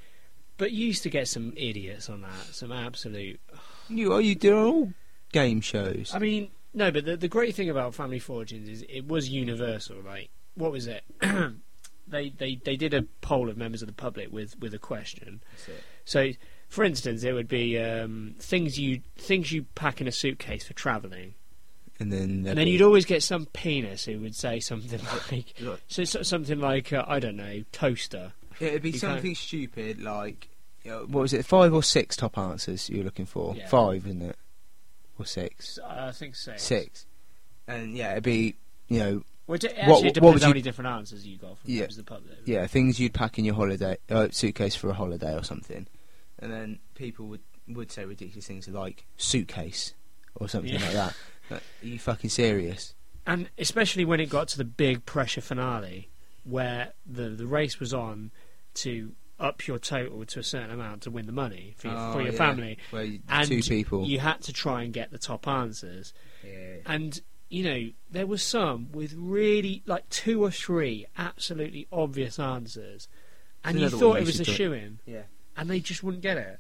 Speaker 1: But you used to get some idiots on that, some absolute.
Speaker 2: You are you doing all game shows?
Speaker 1: I mean, no, but the, the great thing about Family Fortunes is it was universal. Like, what was it? they, they they did a poll of members of the public with, with a question. So, for instance, it would be um, things you things you pack in a suitcase for travelling,
Speaker 2: And then
Speaker 1: and then you'd always get some penis who would say something like,
Speaker 2: Look.
Speaker 1: so, so something like uh, I don't know, toaster.
Speaker 2: It'd be
Speaker 1: You
Speaker 2: something
Speaker 1: can't-
Speaker 2: stupid like uh, what was it? Five or six top answers you were looking for?
Speaker 1: Yeah.
Speaker 2: Five, isn't it? Or six?
Speaker 1: I think six.
Speaker 2: Six. And yeah, it'd be you know
Speaker 1: Which it
Speaker 2: What-
Speaker 1: actually
Speaker 2: what
Speaker 1: depends
Speaker 2: would
Speaker 1: how
Speaker 2: you-
Speaker 1: many different answers you got from
Speaker 2: Yeah.
Speaker 1: members of the public.
Speaker 2: yeah things you'd pack in your holiday uh, suitcase for a holiday or something. And then people would would say ridiculous things like suitcase or something
Speaker 1: Yeah.
Speaker 2: like that. Like, Are you fucking serious?
Speaker 1: and especially when it got to the big pressure finale, where the the race was on to up your total to a certain amount to win the money for your,
Speaker 2: Oh,
Speaker 1: for your
Speaker 2: yeah.
Speaker 1: family,
Speaker 2: Where you-
Speaker 1: and
Speaker 2: two people.
Speaker 1: you had to try and get the top answers.
Speaker 2: yeah.
Speaker 1: And you know there were some with really like two or three absolutely obvious answers, and you
Speaker 2: Another one
Speaker 1: thought
Speaker 2: we
Speaker 1: it was a
Speaker 2: should do.
Speaker 1: shoe in,
Speaker 2: Yeah.
Speaker 1: and they just wouldn't get it.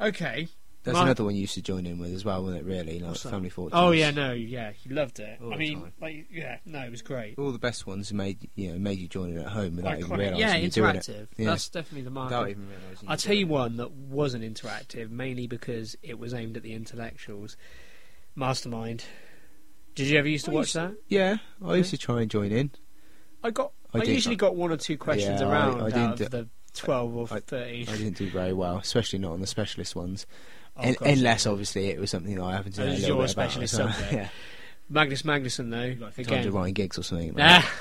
Speaker 1: Okay.
Speaker 2: That's
Speaker 1: Mark-
Speaker 2: another one you used to join in with as well, wasn't it? Really, like
Speaker 1: What's that?
Speaker 2: Family Fortunes.
Speaker 1: Oh yeah, no, yeah, he loved it.
Speaker 2: All
Speaker 1: I
Speaker 2: the
Speaker 1: mean,
Speaker 2: time.
Speaker 1: like, yeah, no, it was great.
Speaker 2: all the best ones made you know made you join it at home without even
Speaker 1: Iconic.
Speaker 2: realising
Speaker 1: yeah,
Speaker 2: you're doing it.
Speaker 1: interactive.
Speaker 2: Yeah.
Speaker 1: That's definitely the
Speaker 2: Without
Speaker 1: market.
Speaker 2: even realising.
Speaker 1: I'll tell you one that wasn't interactive, mainly because it was aimed at the intellectuals. Mastermind. Did you ever used to
Speaker 2: I
Speaker 1: watch
Speaker 2: used-
Speaker 1: that?
Speaker 2: Yeah, I used to try and join in.
Speaker 1: I got.
Speaker 2: I
Speaker 1: I,
Speaker 2: did.
Speaker 1: usually got one or two questions
Speaker 2: Yeah, I-
Speaker 1: around
Speaker 2: I
Speaker 1: out
Speaker 2: didn't
Speaker 1: of the twelve or thirteen.
Speaker 2: I didn't do very well, especially not on the specialist ones.
Speaker 1: Oh,
Speaker 2: Un-
Speaker 1: gosh.
Speaker 2: unless obviously it was something that I happened to
Speaker 1: That
Speaker 2: know a
Speaker 1: was
Speaker 2: little
Speaker 1: your
Speaker 2: bit about
Speaker 1: specialist
Speaker 2: as well.
Speaker 1: subject.
Speaker 2: yeah,
Speaker 1: Magnus Magnusson though
Speaker 2: time to
Speaker 1: again.
Speaker 2: Ryan Giggs or something. like that.
Speaker 1: Ah,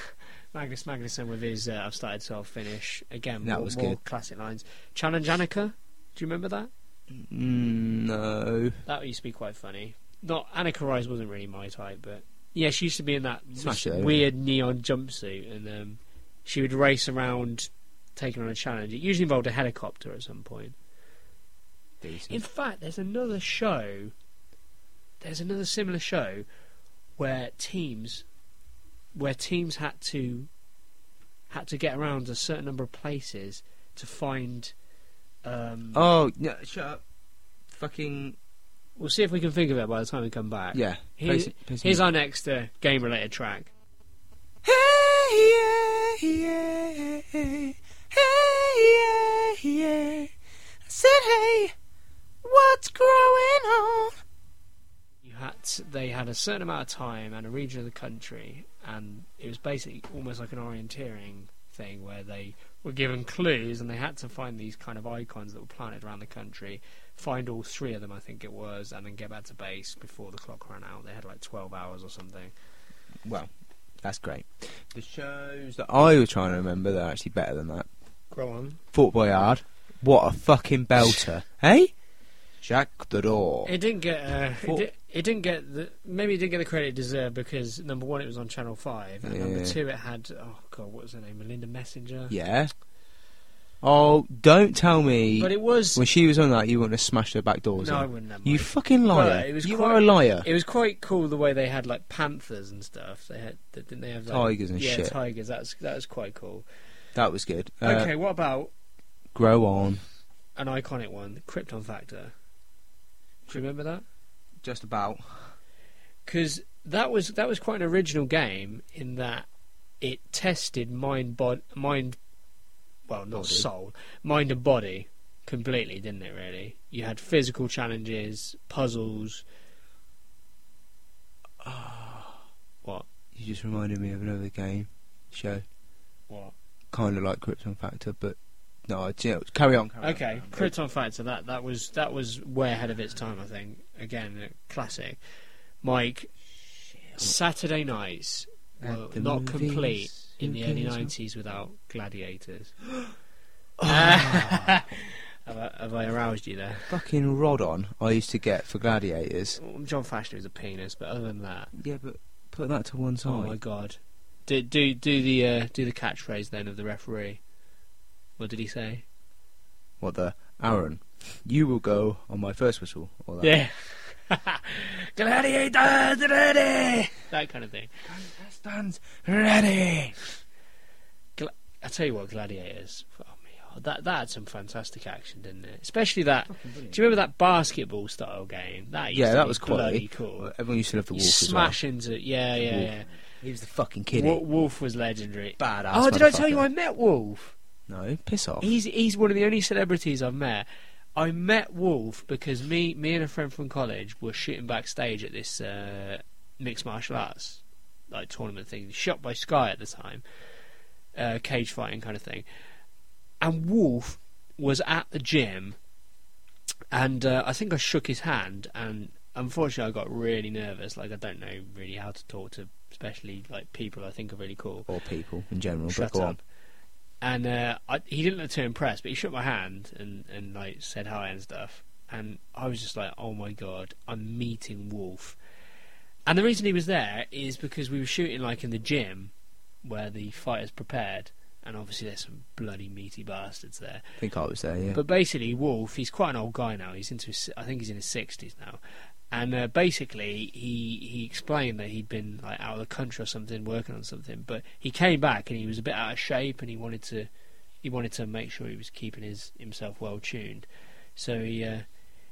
Speaker 1: Magnus Magnusson with his uh, "I've started, so I'll finish." Again,
Speaker 2: That
Speaker 1: more,
Speaker 2: was
Speaker 1: more
Speaker 2: good.
Speaker 1: classic lines. Challenge Annika. Do you remember that?
Speaker 2: Mm, no,
Speaker 1: That used to be quite funny. Not Annika Rise wasn't really my type, but yeah, she used to be in that
Speaker 2: Smash it, though,
Speaker 1: weird neon jumpsuit, and um, she would race around taking on a challenge. It usually involved a helicopter at some point. In
Speaker 2: decent.
Speaker 1: fact, there's another show. There's another similar show where teams, where teams had to had to get around a certain number of places to find. Um,
Speaker 2: Oh, no, shut up. Fucking
Speaker 1: We'll see if we can think of it by the time we come back.
Speaker 2: yeah.
Speaker 1: Here-
Speaker 2: Play some- play
Speaker 1: Here's
Speaker 2: some music.
Speaker 1: our next uh, game related track.
Speaker 3: Hey, yeah, yeah. Hey, yeah, yeah. I said, hey, what's growing on?
Speaker 1: You had they had a certain amount of time and a region of the country, and it was basically almost like an orienteering thing where they were given clues and they had to find these kind of icons that were planted around the country, find all three of them, I think it was, and then get back to base before the clock ran out. They had like 12 hours or something.
Speaker 2: Well, that's great. The shows that I was trying to remember that are actually better than that.
Speaker 1: Go on.
Speaker 2: Fort Boyard. What a fucking belter, eh? Jack the Door.
Speaker 1: It didn't get. Uh, it,
Speaker 2: Four.
Speaker 1: di- it didn't get the. Maybe it didn't get the credit it deserved because number one, it was on Channel Five, and number
Speaker 2: Yeah.
Speaker 1: two, it had. Oh God, what was her name? Melinda Messenger.
Speaker 2: Yeah. Oh, don't tell me
Speaker 1: But it was.
Speaker 2: when she was on that you wouldn't have smashed her back doors.
Speaker 1: no, I
Speaker 2: in.
Speaker 1: wouldn't have.
Speaker 2: you
Speaker 1: mind.
Speaker 2: fucking
Speaker 1: Well,
Speaker 2: liar!
Speaker 1: it was
Speaker 2: you
Speaker 1: quite-
Speaker 2: are a liar.
Speaker 1: It was quite cool the way they had like panthers and stuff. They had th- didn't they have like,
Speaker 2: Tigers and
Speaker 1: yeah,
Speaker 2: shit.
Speaker 1: tigers. That's that was quite cool.
Speaker 2: That was good. Uh,
Speaker 1: okay, what about
Speaker 2: Grow on.
Speaker 1: an iconic one, Krypton Factor? Do you remember that?
Speaker 2: Just about.
Speaker 1: Because that was that was quite an original game in that it tested mind bod mind well not
Speaker 2: Body.
Speaker 1: soul mind and body completely, didn't it? Really, you had physical challenges, puzzles. What?
Speaker 2: You just reminded me of another game show,
Speaker 1: What?
Speaker 2: kind of like Krypton Factor, but no. You know, carry on. Carry
Speaker 1: Okay,
Speaker 2: on.
Speaker 1: Krypton Factor. That that was that was way ahead of its time. I think again, a classic. Mike, Saturday nights
Speaker 2: At
Speaker 1: were
Speaker 2: the
Speaker 1: not
Speaker 2: movies,
Speaker 1: complete in
Speaker 2: who
Speaker 1: the early
Speaker 2: cares what-
Speaker 1: nineties without Gladiators. have, I, have I aroused you there?
Speaker 2: Fucking rod on. I used to get for Gladiators.
Speaker 1: John Fashner is a penis, but other than that,
Speaker 2: Yeah, but put that to one side.
Speaker 1: oh my god, do do do the uh, do the catchphrase then of the referee. What did he say?
Speaker 2: What the Aaron? You will go on my first whistle. Or that.
Speaker 1: Yeah. Gladiators ready! That kind of thing.
Speaker 2: Stands ready.
Speaker 1: I tell you what, Gladiators. Oh, my God, that that had some fantastic action, didn't it? Especially that. Do you remember that basketball style game? That used
Speaker 2: Yeah,
Speaker 1: to
Speaker 2: that
Speaker 1: be
Speaker 2: was
Speaker 1: bloody
Speaker 2: quality.
Speaker 1: cool.
Speaker 2: Everyone used to love the
Speaker 1: You
Speaker 2: wolf
Speaker 1: smash into yeah, yeah,
Speaker 2: Wolf.
Speaker 1: yeah.
Speaker 2: as well. He was the fucking
Speaker 1: Wolf,
Speaker 2: kid.
Speaker 1: Wolf was legendary.
Speaker 2: Badass.
Speaker 1: oh, did I tell you E
Speaker 2: motherfucker.
Speaker 1: I met Wolf?
Speaker 2: No, piss off.
Speaker 1: He's he's one of the only celebrities I've met. I met Wolf because me me and a friend from college were shooting backstage at this uh, mixed martial arts like tournament thing, shot by Sky at the time, uh, cage fighting kind of thing. And Wolf was at the gym, and uh, I think I shook his hand, and unfortunately I got really nervous. Like I don't know really how to talk to, especially like people I think are really cool.
Speaker 2: Or people in general. but
Speaker 1: Shut
Speaker 2: go
Speaker 1: up.
Speaker 2: on.
Speaker 1: And uh, I, he didn't look too impressed, but he shook my hand and, and like said hi and stuff. And I was just like, oh my god, I'm meeting Wolf. And the reason he was there is because we were shooting like in the gym where the fighters prepared. And obviously, there's some bloody meaty bastards there.
Speaker 2: I think I was there. Yeah.
Speaker 1: But basically, Wolf, he's quite an old guy now. He's into, his, I think he's in his sixties now. And uh, basically, he he explained that he'd been like out of the country or something, working on something. But he came back and he was a bit out of shape, and he wanted to he wanted to make sure he was keeping his himself well tuned. So he uh,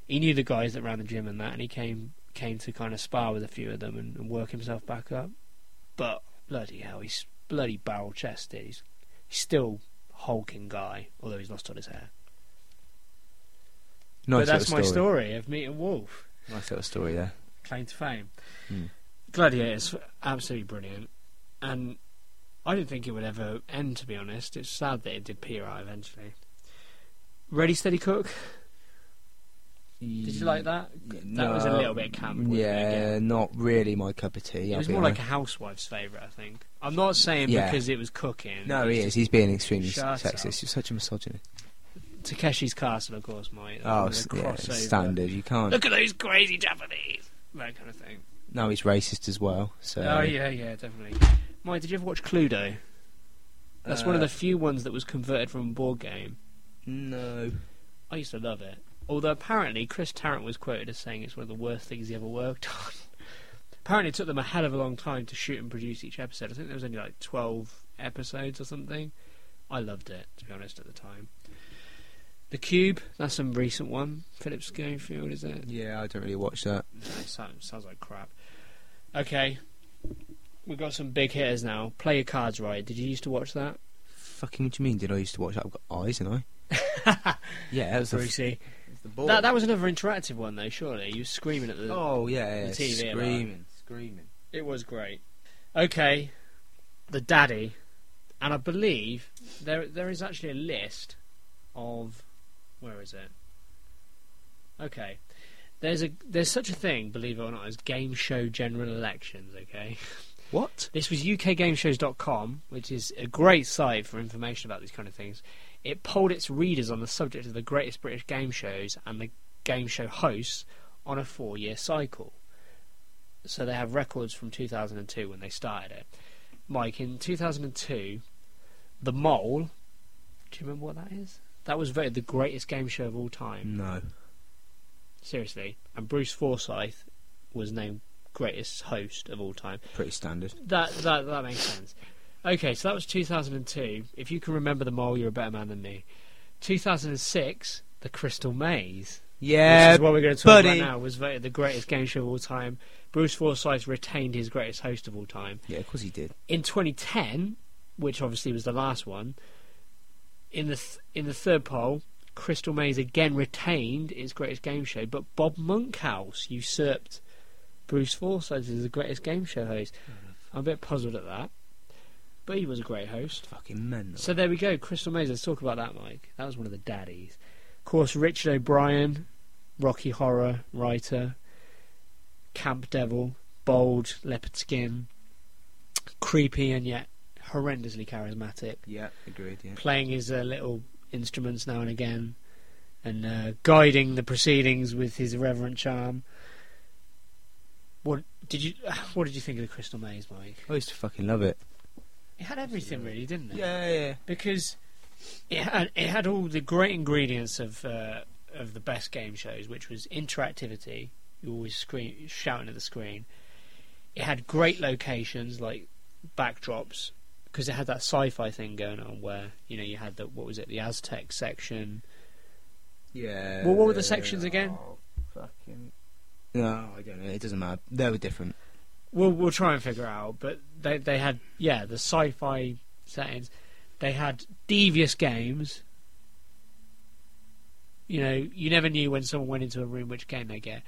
Speaker 1: he knew the guys that ran the gym and that, and he came came to kind of spar with a few of them and, and work himself back up. But bloody hell, he's bloody barrel chested. He's, he's still hulking guy, although he's lost all his hair
Speaker 2: nice
Speaker 1: but that's
Speaker 2: little
Speaker 1: my story of meeting Wolf,
Speaker 2: Nice little story there.
Speaker 1: claim to fame.
Speaker 2: Hmm.
Speaker 1: Gladiators, absolutely brilliant, and I didn't think it would ever end. To be honest, it's sad that it did peter out eventually. Ready, steady, cook. Did you like that? That was a little bit camp, wasn't it,
Speaker 2: Yeah,
Speaker 1: again?
Speaker 2: not really my cup of tea.
Speaker 1: It
Speaker 2: I'll
Speaker 1: was
Speaker 2: be
Speaker 1: more like a
Speaker 2: honest.
Speaker 1: housewife's favourite, I think. I'm not saying
Speaker 2: Yeah.
Speaker 1: because it was cooking.
Speaker 2: No,
Speaker 1: It's
Speaker 2: he is.
Speaker 1: just
Speaker 2: He's being extremely
Speaker 1: Shut
Speaker 2: sexist.
Speaker 1: up.
Speaker 2: You're such a misogynist.
Speaker 1: Takeshi's Castle, of course, mate. That
Speaker 2: Oh,
Speaker 1: was a
Speaker 2: yeah,
Speaker 1: crossover.
Speaker 2: standard. You can't.
Speaker 1: Look at those crazy Japanese. That kind of thing.
Speaker 2: No, he's racist as well. So.
Speaker 1: Oh yeah, yeah, definitely. Mike, did you ever watch Cluedo? That's one of
Speaker 2: Uh,
Speaker 1: the few ones that was converted from a board game.
Speaker 2: No.
Speaker 1: I used to love it. Although apparently Chris Tarrant was quoted as saying it's one of the worst things he ever worked on. apparently it took them a hell of a long time to shoot and produce each episode. I think there was only like twelve episodes or something. I loved it, to be honest, at the time. The Cube, that's some recent one. Philip Schofield, is it?
Speaker 2: Yeah, I don't really watch that.
Speaker 1: Sounds, sounds like crap. Okay. We've got some big hitters now. Play your cards right. Did you used to watch that?
Speaker 2: Fucking what do you mean? Did I used to watch that? I've got eyes, and I. yeah, that was the, f-
Speaker 1: Brucey.
Speaker 2: the ball.
Speaker 1: That, that was another interactive one, though, surely. You were screaming at the.
Speaker 2: Oh yeah, yeah
Speaker 1: the TV about.
Speaker 2: screaming, screaming.
Speaker 1: It was great. Okay. The Daddy. And I believe there there is actually a list of. Where is it? Okay. There's a there's such a thing, believe it or not, as game show general elections, okay?
Speaker 2: What?
Speaker 1: This was ukgameshows.com, which is a great site for information about these kind of things. It polled its readers on the subject of the greatest British game shows, and the game show hosts on a four year cycle. So they have records from 2002 when they started it. Mike, in 2002, The Mole, do you remember what that is? That was voted the greatest game show of all time.
Speaker 2: Mm.
Speaker 4: No.
Speaker 1: Seriously. And Bruce Forsyth was named greatest host of all time.
Speaker 4: Pretty standard.
Speaker 1: That that that makes sense. Okay, so that was 2002. If you can remember the mole, you're a better man than me. 2006, The Crystal Maze, which
Speaker 2: Yeah,
Speaker 1: is what we're going to talk
Speaker 2: buddy.
Speaker 1: about now, was voted the greatest game show of all time. Bruce Forsyth retained his greatest host of all time.
Speaker 2: yeah, of course he did.
Speaker 1: In 2010, which obviously was the last one, in the th- in the third poll, Crystal Maze again retained its greatest game show, but Bob Monkhouse usurped Bruce Forsyth as the greatest game show host. I'm a bit puzzled at that, but he was a great host.
Speaker 4: Fucking men.
Speaker 1: So there we go, Crystal Maze. Let's talk about that, Mike. That was one of the daddies. Of course, Richard O'Brien, Rocky Horror writer, Camp Devil, bold leopard skin, creepy and yet horrendously charismatic,
Speaker 2: Yeah, agreed. Yeah,
Speaker 1: playing his uh, little instruments now and again, and uh, guiding the proceedings with his irreverent charm. What did you? What did you think of the Crystal Maze, Mike?
Speaker 2: I used to fucking love it.
Speaker 1: It had everything, really, didn't it?
Speaker 2: Yeah, yeah.
Speaker 1: because it had, it had all the great ingredients of uh, of the best game shows, which was interactivity. You always scream, shouting at the screen. It had great locations like backdrops because it had that sci-fi thing going on where you know you had the what was it the Aztec section.
Speaker 2: Yeah.
Speaker 1: Well, what were the sections again?
Speaker 2: Oh, fucking. No, I don't know. It doesn't matter. They were different.
Speaker 1: We'll we'll try and figure out, but they they had yeah the sci-fi settings. They had devious games. You know, you never knew when someone went into a room which game they get,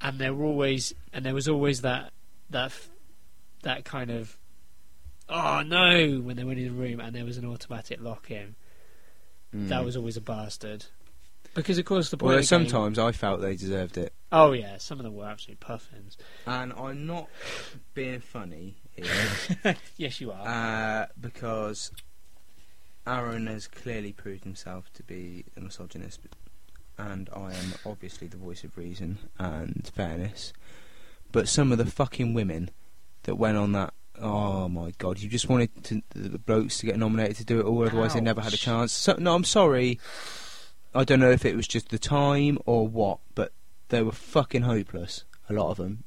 Speaker 1: and there were always and there was always that that f- that kind of oh no when they went in the room and there was an automatic lock in. That was always a bastard. Because of course the point.
Speaker 2: Mm. Hmm. Well,
Speaker 1: of the game-
Speaker 2: sometimes I felt they deserved it.
Speaker 1: oh yeah, some of them were absolute puffins.
Speaker 2: And I'm not being funny here
Speaker 1: Yes, you are.
Speaker 2: uh, because Aaron has clearly proved himself to be a misogynist, and I am obviously the voice of reason and fairness. But some of the fucking women that went on that. Oh my god! You just wanted to, the the blokes to get nominated to do it all, otherwise they never had a
Speaker 1: Ouch.
Speaker 2: chance. So, no, I'm sorry. I don't know if it was just the time or what, but they were fucking hopeless. A lot of them.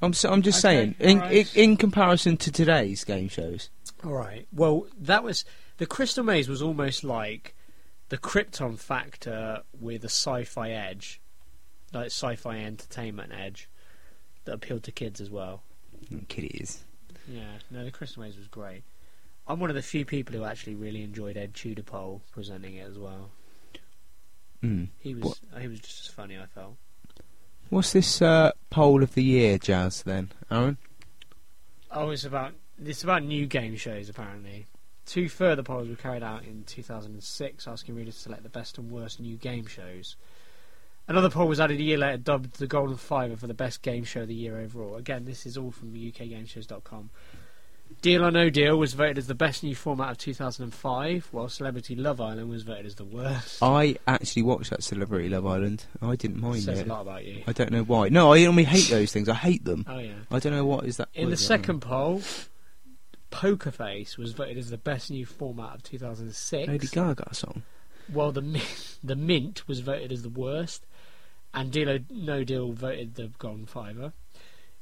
Speaker 2: I'm so, I'm just
Speaker 1: Okay,
Speaker 2: saying. In,
Speaker 1: alright.
Speaker 2: in in comparison to today's game shows,
Speaker 1: All right. Well, that was the Crystal Maze was almost like the Krypton factor with a sci-fi edge, like sci-fi entertainment edge that appealed to kids as well.
Speaker 2: Mm, kiddies.
Speaker 1: Yeah. No, the Crystal Maze was great. I'm one of the few people who actually really enjoyed Ed Tudorpole presenting it as well.
Speaker 2: Mm.
Speaker 1: He was
Speaker 2: What-
Speaker 1: he was just as funny. I felt.
Speaker 2: What's this uh, poll of the year, Jazz? Then Aaron.
Speaker 1: Oh, it's about it's about new game shows apparently. Two further polls were carried out in 2006, asking readers to select the best and worst new game shows. Another poll was added a year later, dubbed the Golden Fiver for the best game show of the year overall. Again, this is all from UKGameShows.com. Deal or No Deal was voted as the best new format of 2005, while Celebrity Love Island was voted as the worst.
Speaker 2: I actually watched that Celebrity Love Island. I didn't mind
Speaker 1: Says
Speaker 2: it.
Speaker 1: a lot about you.
Speaker 2: I don't know why. No, I normally hate those things. I hate them.
Speaker 1: Oh yeah.
Speaker 2: I don't know what is that. Mm.
Speaker 1: In
Speaker 2: what
Speaker 1: the
Speaker 2: is that?
Speaker 1: second poll, Poker Face was voted as the best new format of 2006.
Speaker 2: Lady Gaga song.
Speaker 1: Well, the Mi- the Mint was voted as the worst, and Deal or No Deal voted the Golden Fiver.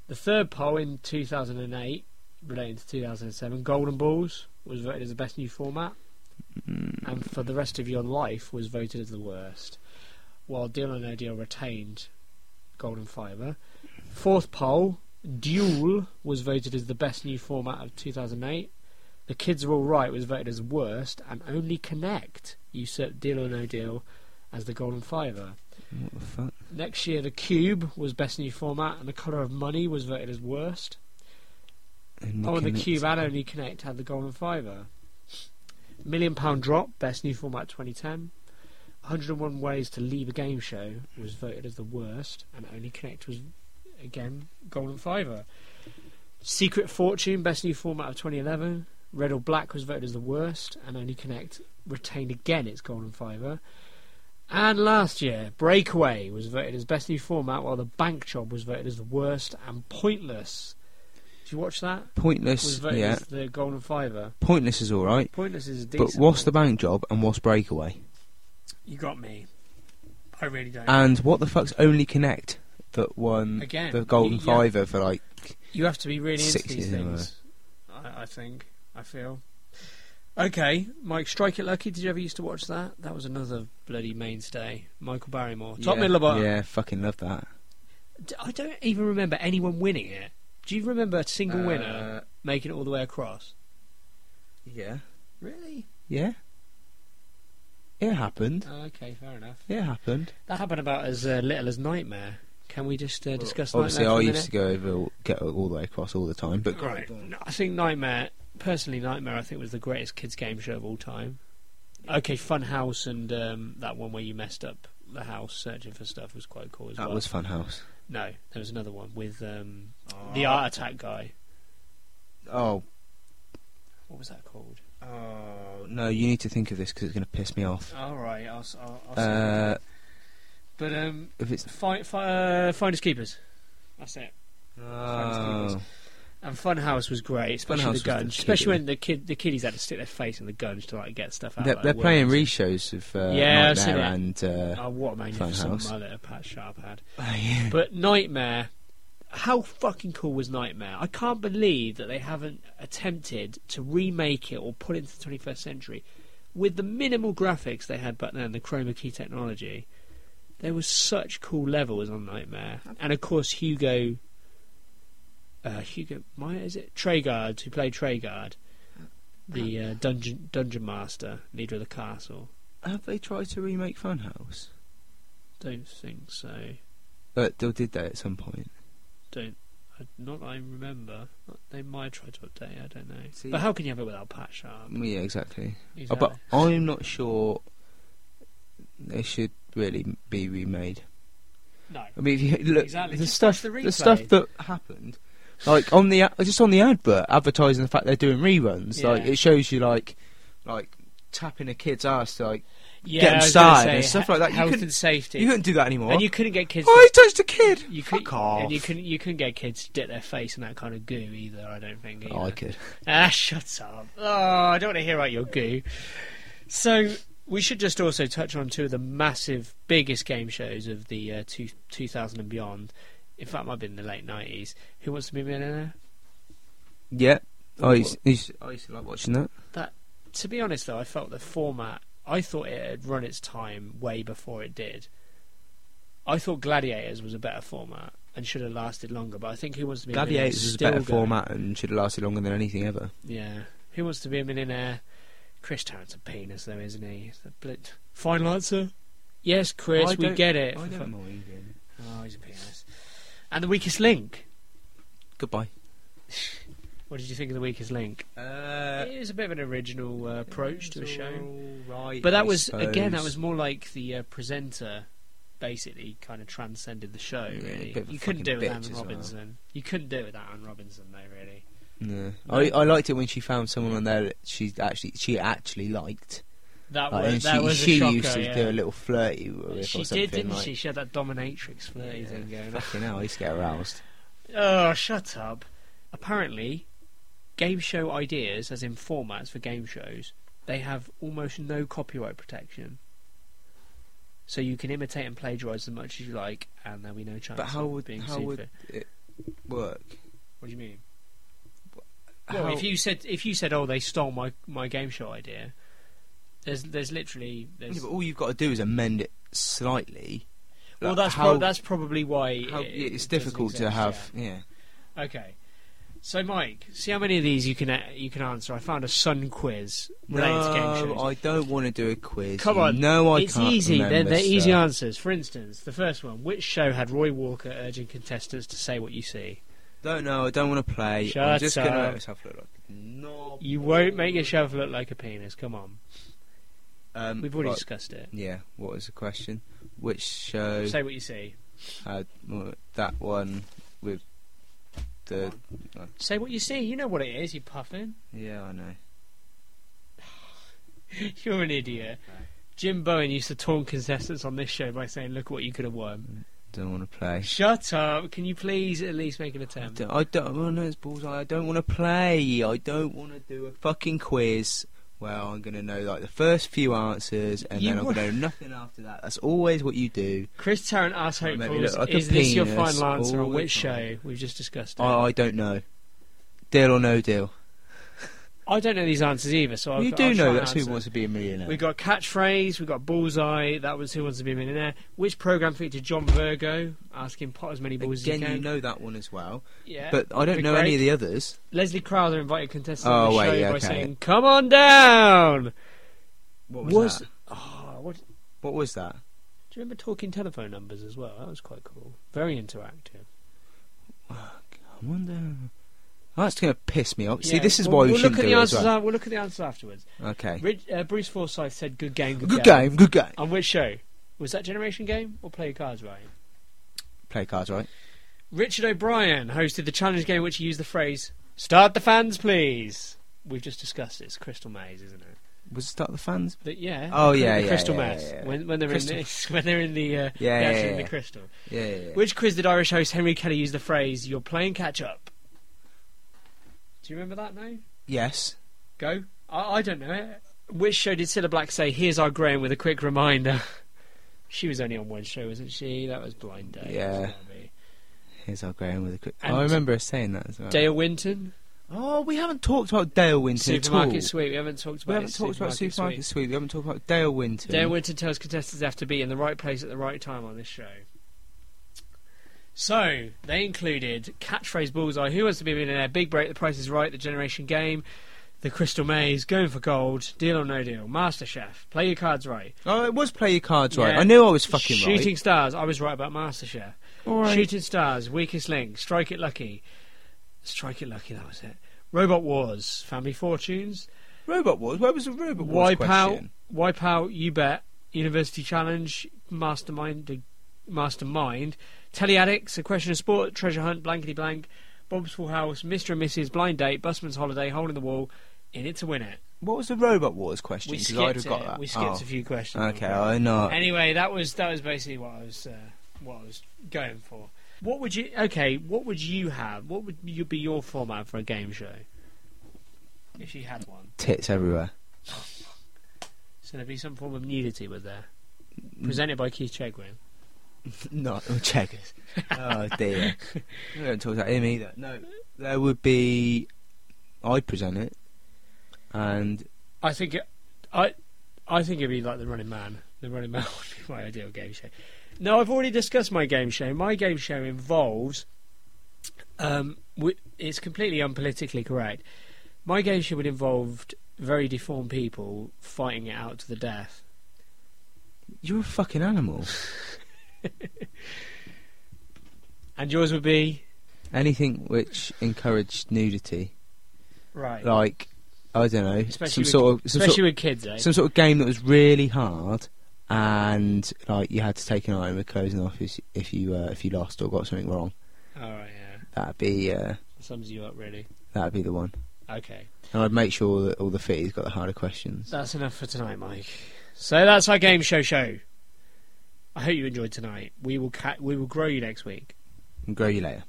Speaker 1: The third poll in 2008, relating to 2007, Golden Balls was voted as the best new format,
Speaker 2: Mm.
Speaker 1: and for the rest of your life was voted as the worst. While Deal or No Deal retained Golden Fiver. Fourth poll, Duel was voted as the best new format of 2008. The Kids Are Alright was voted as worst, and Only Connect usurped Deal or No Deal as the Golden Fiver.
Speaker 2: What the fuck?
Speaker 1: Next year, The Cube was best new format, and The Colour of Money was voted as worst.
Speaker 2: And
Speaker 1: Oh, and The
Speaker 2: Nick
Speaker 1: Cube
Speaker 2: Nick-
Speaker 1: and Only Connect had the Golden Fiver. Million Pound Drop, best new format 2010. 101 Ways to Leave a Game Show was voted as the worst, and Only Connect was again Golden Fiver. Secret Fortune, best new format of 2011. Red or Black was voted as the worst, and Only Connect retained again its Golden Fiver. And last year, Breakaway was voted as best new format, while The Bank Job was voted as the worst and pointless. Did you watch that? Was
Speaker 2: Pointless,
Speaker 1: voted
Speaker 2: yeah.
Speaker 1: as the Golden Fiver.
Speaker 2: Pointless is all right,
Speaker 1: Pointless is a decent.
Speaker 2: but what's the
Speaker 1: one.
Speaker 2: bank job and what's breakaway?
Speaker 1: You got me. I really don't.
Speaker 2: And what the fuck's only connect that won
Speaker 1: Again,
Speaker 2: the golden
Speaker 1: you- yeah.
Speaker 2: fiver for like?
Speaker 1: You have to be really into
Speaker 2: Six
Speaker 1: these
Speaker 2: years in a
Speaker 1: things. I, I think. I feel. Okay, Mike, Strike It Lucky. Did you ever used to watch that? That was another bloody mainstay. Michael Barrymore. Top
Speaker 2: yeah,
Speaker 1: middle of bottom.
Speaker 2: Yeah, fucking love that.
Speaker 1: D- I don't even remember anyone winning it. Do you remember a single
Speaker 2: Uh,
Speaker 1: winner making it all the way across?
Speaker 2: Yeah.
Speaker 1: Really?
Speaker 2: Yeah. It happened.
Speaker 1: Oh, okay, fair enough.
Speaker 2: It happened.
Speaker 1: That happened about as uh, little as Nightmare. Can we just uh, discuss
Speaker 2: Obviously,
Speaker 1: Nightmare?
Speaker 2: I
Speaker 1: for a
Speaker 2: used
Speaker 1: minute?
Speaker 2: to go over, get all the way across all the time, but
Speaker 1: Right. No, I think Nightmare, personally, Nightmare, I think was the greatest kids game show of all time. Okay, Fun House and um, that one where you messed up the house searching for stuff was quite cool as
Speaker 2: that
Speaker 1: well.
Speaker 2: was Funhouse.
Speaker 1: no, there was another one with um, the Art Attack guy.
Speaker 2: Oh,
Speaker 1: What was that called?
Speaker 2: oh no! You need to think of this because it's going to piss me off.
Speaker 1: All right, I'll, s- I'll, I'll see.
Speaker 2: Uh,
Speaker 1: but um,
Speaker 2: if it's
Speaker 1: fi- fi- uh, Finders Keepers. That's it.
Speaker 2: oh,
Speaker 1: And Funhouse was great, especially
Speaker 2: Funhouse was
Speaker 1: the guns.
Speaker 2: the
Speaker 1: especially
Speaker 2: kiddie.
Speaker 1: when the kid, the kiddies had to stick their face in the guns to like get stuff out.
Speaker 2: they're,
Speaker 1: like,
Speaker 2: they're playing
Speaker 1: worms.
Speaker 2: re-shows of uh,
Speaker 1: Yeah, I've seen
Speaker 2: Nightmare and uh,
Speaker 1: Oh, what a magnificent
Speaker 2: Funhouse.
Speaker 1: mullet Pat Sharp had.
Speaker 2: yeah.
Speaker 1: But Nightmare, how fucking cool was Nightmare? I can't believe that they haven't attempted to remake it or put it into the 21st century. With the minimal graphics they had back then, the chroma key technology, there was such cool levels on Nightmare. And of course, Hugo. Uh, Hugo Maya, is it? Tregard, who played Tregard, the uh, dungeon dungeon master, leader of the castle.
Speaker 2: have they tried to remake Funhouse?
Speaker 1: Don't think so.
Speaker 2: Uh, they did that at some point.
Speaker 1: don't I, not that I remember. Not- They might try to update. it, I don't know.
Speaker 2: See- Mm.
Speaker 1: but how can you have it without Pat Sharp?
Speaker 2: Yeah, exactly.
Speaker 1: He's
Speaker 2: Uh,
Speaker 1: out
Speaker 2: but
Speaker 1: there.
Speaker 2: I'm not sure they should really be remade.
Speaker 1: no,
Speaker 2: I mean, if you look,
Speaker 1: Exactly,
Speaker 2: the
Speaker 1: just
Speaker 2: stuff,
Speaker 1: watch the
Speaker 2: the stuff
Speaker 1: replay.
Speaker 2: that happened, like on the a- just on the advert advertising the fact they're doing reruns, like
Speaker 1: Yeah.
Speaker 2: it shows you like, like tapping a kid's ass to like
Speaker 1: yeah,
Speaker 2: get
Speaker 1: I
Speaker 2: him
Speaker 1: was gonna
Speaker 2: started and
Speaker 1: say,
Speaker 2: stuff
Speaker 1: he-
Speaker 2: like that. You
Speaker 1: Health
Speaker 2: couldn't-
Speaker 1: and safety,
Speaker 2: you couldn't do that anymore.
Speaker 1: and you couldn't get kids.
Speaker 2: oh,
Speaker 1: to,
Speaker 2: he touched a kid.
Speaker 1: you
Speaker 2: Fuck
Speaker 1: could,
Speaker 2: off.
Speaker 1: And you couldn't you couldn't get kids to dip their face in that kind of goo either. I don't think. Either.
Speaker 2: Oh, I could.
Speaker 1: Ah, shut up. Oh, I don't want to hear about your goo. So, we should just also touch on two of the massive, biggest game shows of the uh, two, 2000 and beyond. In fact, might have been the late 90s. Who Wants to Be a Millionaire?
Speaker 2: Yeah, I used, I used- I used to like watching that.
Speaker 1: To be honest, though, I felt the format, I thought it had run its time way before it did. I thought Gladiators was a better format and should have lasted longer, but I think Who Wants to Be a Millionaire
Speaker 2: Gladiators is a
Speaker 1: still
Speaker 2: better
Speaker 1: going.
Speaker 2: format and should have lasted longer than anything ever.
Speaker 1: Yeah. Who wants to be a millionaire? Chris Tarrant's a penis, though, isn't he? He's a blit- Final answer? Yes, Chris,
Speaker 2: I
Speaker 1: we
Speaker 2: don't-
Speaker 1: get it.
Speaker 2: I
Speaker 1: For
Speaker 2: don't
Speaker 1: fu-
Speaker 2: mind him.
Speaker 1: oh, he's a penis. And The Weakest Link.
Speaker 2: Goodbye.
Speaker 1: What did you think of The Weakest Link?
Speaker 2: Uh,
Speaker 1: it was a bit of an original uh, approach to a show.
Speaker 2: Right,
Speaker 1: But that
Speaker 2: I
Speaker 1: was, again, that
Speaker 2: suppose.
Speaker 1: was more like the uh, presenter basically kind of transcended the show,
Speaker 2: Yeah,
Speaker 1: really.
Speaker 2: bit of a
Speaker 1: you couldn't
Speaker 2: fucking
Speaker 1: do it with
Speaker 2: bitch
Speaker 1: Anne
Speaker 2: as well.
Speaker 1: Robinson. You couldn't do it with Anne Robinson, though, really.
Speaker 2: No.
Speaker 1: No.
Speaker 2: I, I liked it when she found someone on there that she actually she actually liked.
Speaker 1: That
Speaker 2: Like,
Speaker 1: was,
Speaker 2: and she,
Speaker 1: that was
Speaker 2: she
Speaker 1: a shocker,
Speaker 2: used to
Speaker 1: yeah.
Speaker 2: do a little flirty with
Speaker 1: She
Speaker 2: or something.
Speaker 1: did, didn't
Speaker 2: like,
Speaker 1: she? She had that dominatrix flirty
Speaker 2: Yeah.
Speaker 1: thing going on.
Speaker 2: Fucking hell, I used to get aroused.
Speaker 1: Oh, shut up. Apparently, game show ideas, as in formats for game shows, they have almost no copyright protection. So you can imitate and plagiarise as much as you like, and there'll be no chance.
Speaker 2: But how
Speaker 1: of
Speaker 2: would-
Speaker 1: being
Speaker 2: how
Speaker 1: sued
Speaker 2: would-
Speaker 1: for it.
Speaker 2: Work.
Speaker 1: What do you mean?
Speaker 2: How,
Speaker 1: Well, if you said if you said, "Oh, they stole my, my game show idea," there's there's literally there's,
Speaker 2: Yeah, but all you've got to do is amend it slightly.
Speaker 1: well
Speaker 2: Like,
Speaker 1: that's
Speaker 2: how,
Speaker 1: prob- that's probably why
Speaker 2: how,
Speaker 1: it- it
Speaker 2: it's
Speaker 1: doesn't
Speaker 2: difficult to
Speaker 1: exist,
Speaker 2: have.
Speaker 1: yeah.
Speaker 2: Yeah.
Speaker 1: Okay. So, Mike, see how many of these you can a- you can answer. I found a sun quiz related to game
Speaker 2: No,
Speaker 1: shows.
Speaker 2: I don't want to do a quiz.
Speaker 1: Come
Speaker 2: You
Speaker 1: on,
Speaker 2: know I
Speaker 1: it's
Speaker 2: can't
Speaker 1: easy. They're,
Speaker 2: remember
Speaker 1: they're easy
Speaker 2: stuff.
Speaker 1: answers. For instance, the first one: Which show had Roy Walker urging contestants to say what you see?
Speaker 2: Don't know. I don't want to play. I'm
Speaker 1: Shut
Speaker 2: just gonna
Speaker 1: up.
Speaker 2: let myself look like a knob.
Speaker 1: You won't make yourself look like a penis. Come on,
Speaker 2: Um,
Speaker 1: we've already
Speaker 2: right,
Speaker 1: discussed it.
Speaker 2: Yeah, what was the question? Which show
Speaker 1: Say what you see.
Speaker 2: had well, that one with the?
Speaker 1: Say what you see. You know what it is. You puffing.
Speaker 2: Yeah, I know.
Speaker 1: You're an idiot. Jim Bowen used to taunt contestants on this show by saying, "Look what you could have won."
Speaker 2: Don't want to play.
Speaker 1: Shut up! Can you please at least make an
Speaker 2: I
Speaker 1: attempt?
Speaker 2: don't, I don't oh no, it's bullseye. I don't want to play. I don't want to do a fucking quiz where I'm going to know like the first few answers and
Speaker 1: You
Speaker 2: then I'm
Speaker 1: wa-
Speaker 2: going to know nothing after that. That's always what you do.
Speaker 1: Chris Tarrant asks
Speaker 2: Make me
Speaker 1: hopefuls,
Speaker 2: look like a
Speaker 1: "Is this your
Speaker 2: penis
Speaker 1: final answer
Speaker 2: all
Speaker 1: on
Speaker 2: the
Speaker 1: which
Speaker 2: time."
Speaker 1: show we've just discussed?" It.
Speaker 2: I, I don't know. Deal or no deal.
Speaker 1: I don't know these answers either, so I'll,
Speaker 2: you
Speaker 1: I'll try
Speaker 2: do know
Speaker 1: and
Speaker 2: that's who
Speaker 1: answer.
Speaker 2: wants to be a millionaire.
Speaker 1: We got catchphrase, we got bullseye. That was who wants to be a millionaire. Which program featured John Virgo asking pot as many balls
Speaker 2: Again,
Speaker 1: as he can?
Speaker 2: you know that one as well,
Speaker 1: yeah,
Speaker 2: but I don't
Speaker 1: Big
Speaker 2: know
Speaker 1: break.
Speaker 2: any of the others.
Speaker 1: Leslie Crowther invited contestants
Speaker 2: Oh,
Speaker 1: on the
Speaker 2: wait,
Speaker 1: show
Speaker 2: yeah,
Speaker 1: by
Speaker 2: okay.
Speaker 1: saying, "Come on down."
Speaker 2: What was,
Speaker 1: Was-
Speaker 2: that?
Speaker 1: Oh, what, do
Speaker 2: What was that?
Speaker 1: you remember talking telephone numbers as well? That was quite cool. Very interactive.
Speaker 2: I wonder. Oh, that's going to piss me off. See,
Speaker 1: Yeah,
Speaker 2: this is
Speaker 1: we'll,
Speaker 2: why we
Speaker 1: we'll
Speaker 2: shouldn't
Speaker 1: look at
Speaker 2: do
Speaker 1: the
Speaker 2: it. as
Speaker 1: answers.
Speaker 2: well.
Speaker 1: af- We'll look at the answers afterwards.
Speaker 2: Okay.
Speaker 1: Rid- uh, Bruce Forsyth said, "Good game, good,
Speaker 2: Good game. Good game.
Speaker 1: On which show? Was that Generation Game or Play Your Cards Right?
Speaker 2: Play cards, right?
Speaker 1: Richard O'Brien hosted the challenge game, which he used the phrase "Start the fans, please." We've just discussed it. It's Crystal Maze, isn't it?
Speaker 2: Was it start the fans?
Speaker 1: But yeah.
Speaker 2: Oh,
Speaker 1: the-
Speaker 2: yeah,
Speaker 1: the
Speaker 2: yeah,
Speaker 1: Crystal
Speaker 2: yeah,
Speaker 1: Maze.
Speaker 2: yeah, yeah.
Speaker 1: When, when they're in the,
Speaker 2: Crystal.
Speaker 1: when they're in the uh,
Speaker 2: Yeah,
Speaker 1: they're
Speaker 2: yeah,
Speaker 1: actually in
Speaker 2: yeah,
Speaker 1: the
Speaker 2: yeah.
Speaker 1: crystal.
Speaker 2: Yeah. yeah, yeah.
Speaker 1: Which quiz did Irish host Henry Kelly use the phrase "You're playing catch up"? Do you remember that now?
Speaker 2: Yes.
Speaker 1: Go. I, I don't know it. Which show did Cilla Black say, "Here's our Graham" with a quick reminder? she was only on one show, wasn't she? That was Blind Date.
Speaker 2: Yeah.
Speaker 1: wasn't it?
Speaker 2: Here's our Graham with a quick.
Speaker 1: And-
Speaker 2: I remember us saying that as well.
Speaker 1: Dale Winton,
Speaker 2: Oh, we haven't talked about Dale Winton at all.
Speaker 1: Supermarket Sweep. We haven't talked about
Speaker 2: We haven't
Speaker 1: it,
Speaker 2: talked about Supermarket
Speaker 1: Sweep.
Speaker 2: Sweep. We haven't talked about Dale Winton.
Speaker 1: Dan Winton tells contestants they have to be in the right place at the right time on this show. So they included catchphrase bullseye, who wants to be a millionaire, big break, the price is right, the generation game, the crystal maze, going for gold, deal or no deal, master chef, play your cards right,
Speaker 2: Oh, it was Play Your Cards Right.
Speaker 1: Yeah.
Speaker 2: I knew I was fucking
Speaker 1: shooting stars. I was right about master chef,
Speaker 2: right. All right.
Speaker 1: shooting stars, weakest link, strike it lucky, strike it lucky. That was it. Robot wars, family fortunes,
Speaker 2: Robot Wars. Where was the Robot Wars
Speaker 1: Wipe out,
Speaker 2: question?
Speaker 1: wipe out, you bet. University challenge, mastermind, the mastermind, teleaddicts, a question of sport, treasure hunt, blankety blank, Bob's Full House, Mr. and Mrs. Blind Date, Busman's Holiday, Hole in the Wall, in it to win it.
Speaker 2: What was the Robot Wars question?
Speaker 1: We
Speaker 2: 'Cause
Speaker 1: skipped
Speaker 2: I'd have
Speaker 1: it.
Speaker 2: got that.
Speaker 1: We skipped
Speaker 2: Oh.
Speaker 1: a few questions.
Speaker 2: Okay, I know.
Speaker 1: Anyway, that was that was basically what I was uh, what I was going for. What would you? Okay, what would you have? What would you be your format for a game show? If you had one,
Speaker 2: Tits everywhere.
Speaker 1: so there'd be some form of nudity with there.
Speaker 2: Mm.
Speaker 1: presented by Keith Chegwin.
Speaker 2: No, oh, checkers. oh dear. We don't talk about him either. No, there would be. I'd present it, and
Speaker 1: I think it, I, I think it'd be like the Running Man. The Running Man would be my ideal game show. No, I've already discussed my game show. My game show involves, um, wi- it's completely unpolitically correct. My game show would involve very deformed people fighting it out to the death.
Speaker 2: you're a fucking animal.
Speaker 1: And yours would be
Speaker 2: Anything which encouraged nudity,
Speaker 1: right,
Speaker 2: like I don't know,
Speaker 1: especially with,
Speaker 2: some sort of some
Speaker 1: especially
Speaker 2: sort,
Speaker 1: with kids. Eh?
Speaker 2: some sort of game that was really hard, and like you had to take an item with closing off if, if you uh, if you lost or got something wrong.
Speaker 1: All right, yeah,
Speaker 2: That'd be uh,
Speaker 1: sums you up really.
Speaker 2: that'd be the one.
Speaker 1: Okay.
Speaker 2: And I'd make sure that all the fitties got the harder questions.
Speaker 1: That's enough for tonight, Mike. So that's our game show show. I hope you enjoyed tonight. We will ca- we will grow you next week.
Speaker 2: And grow you later.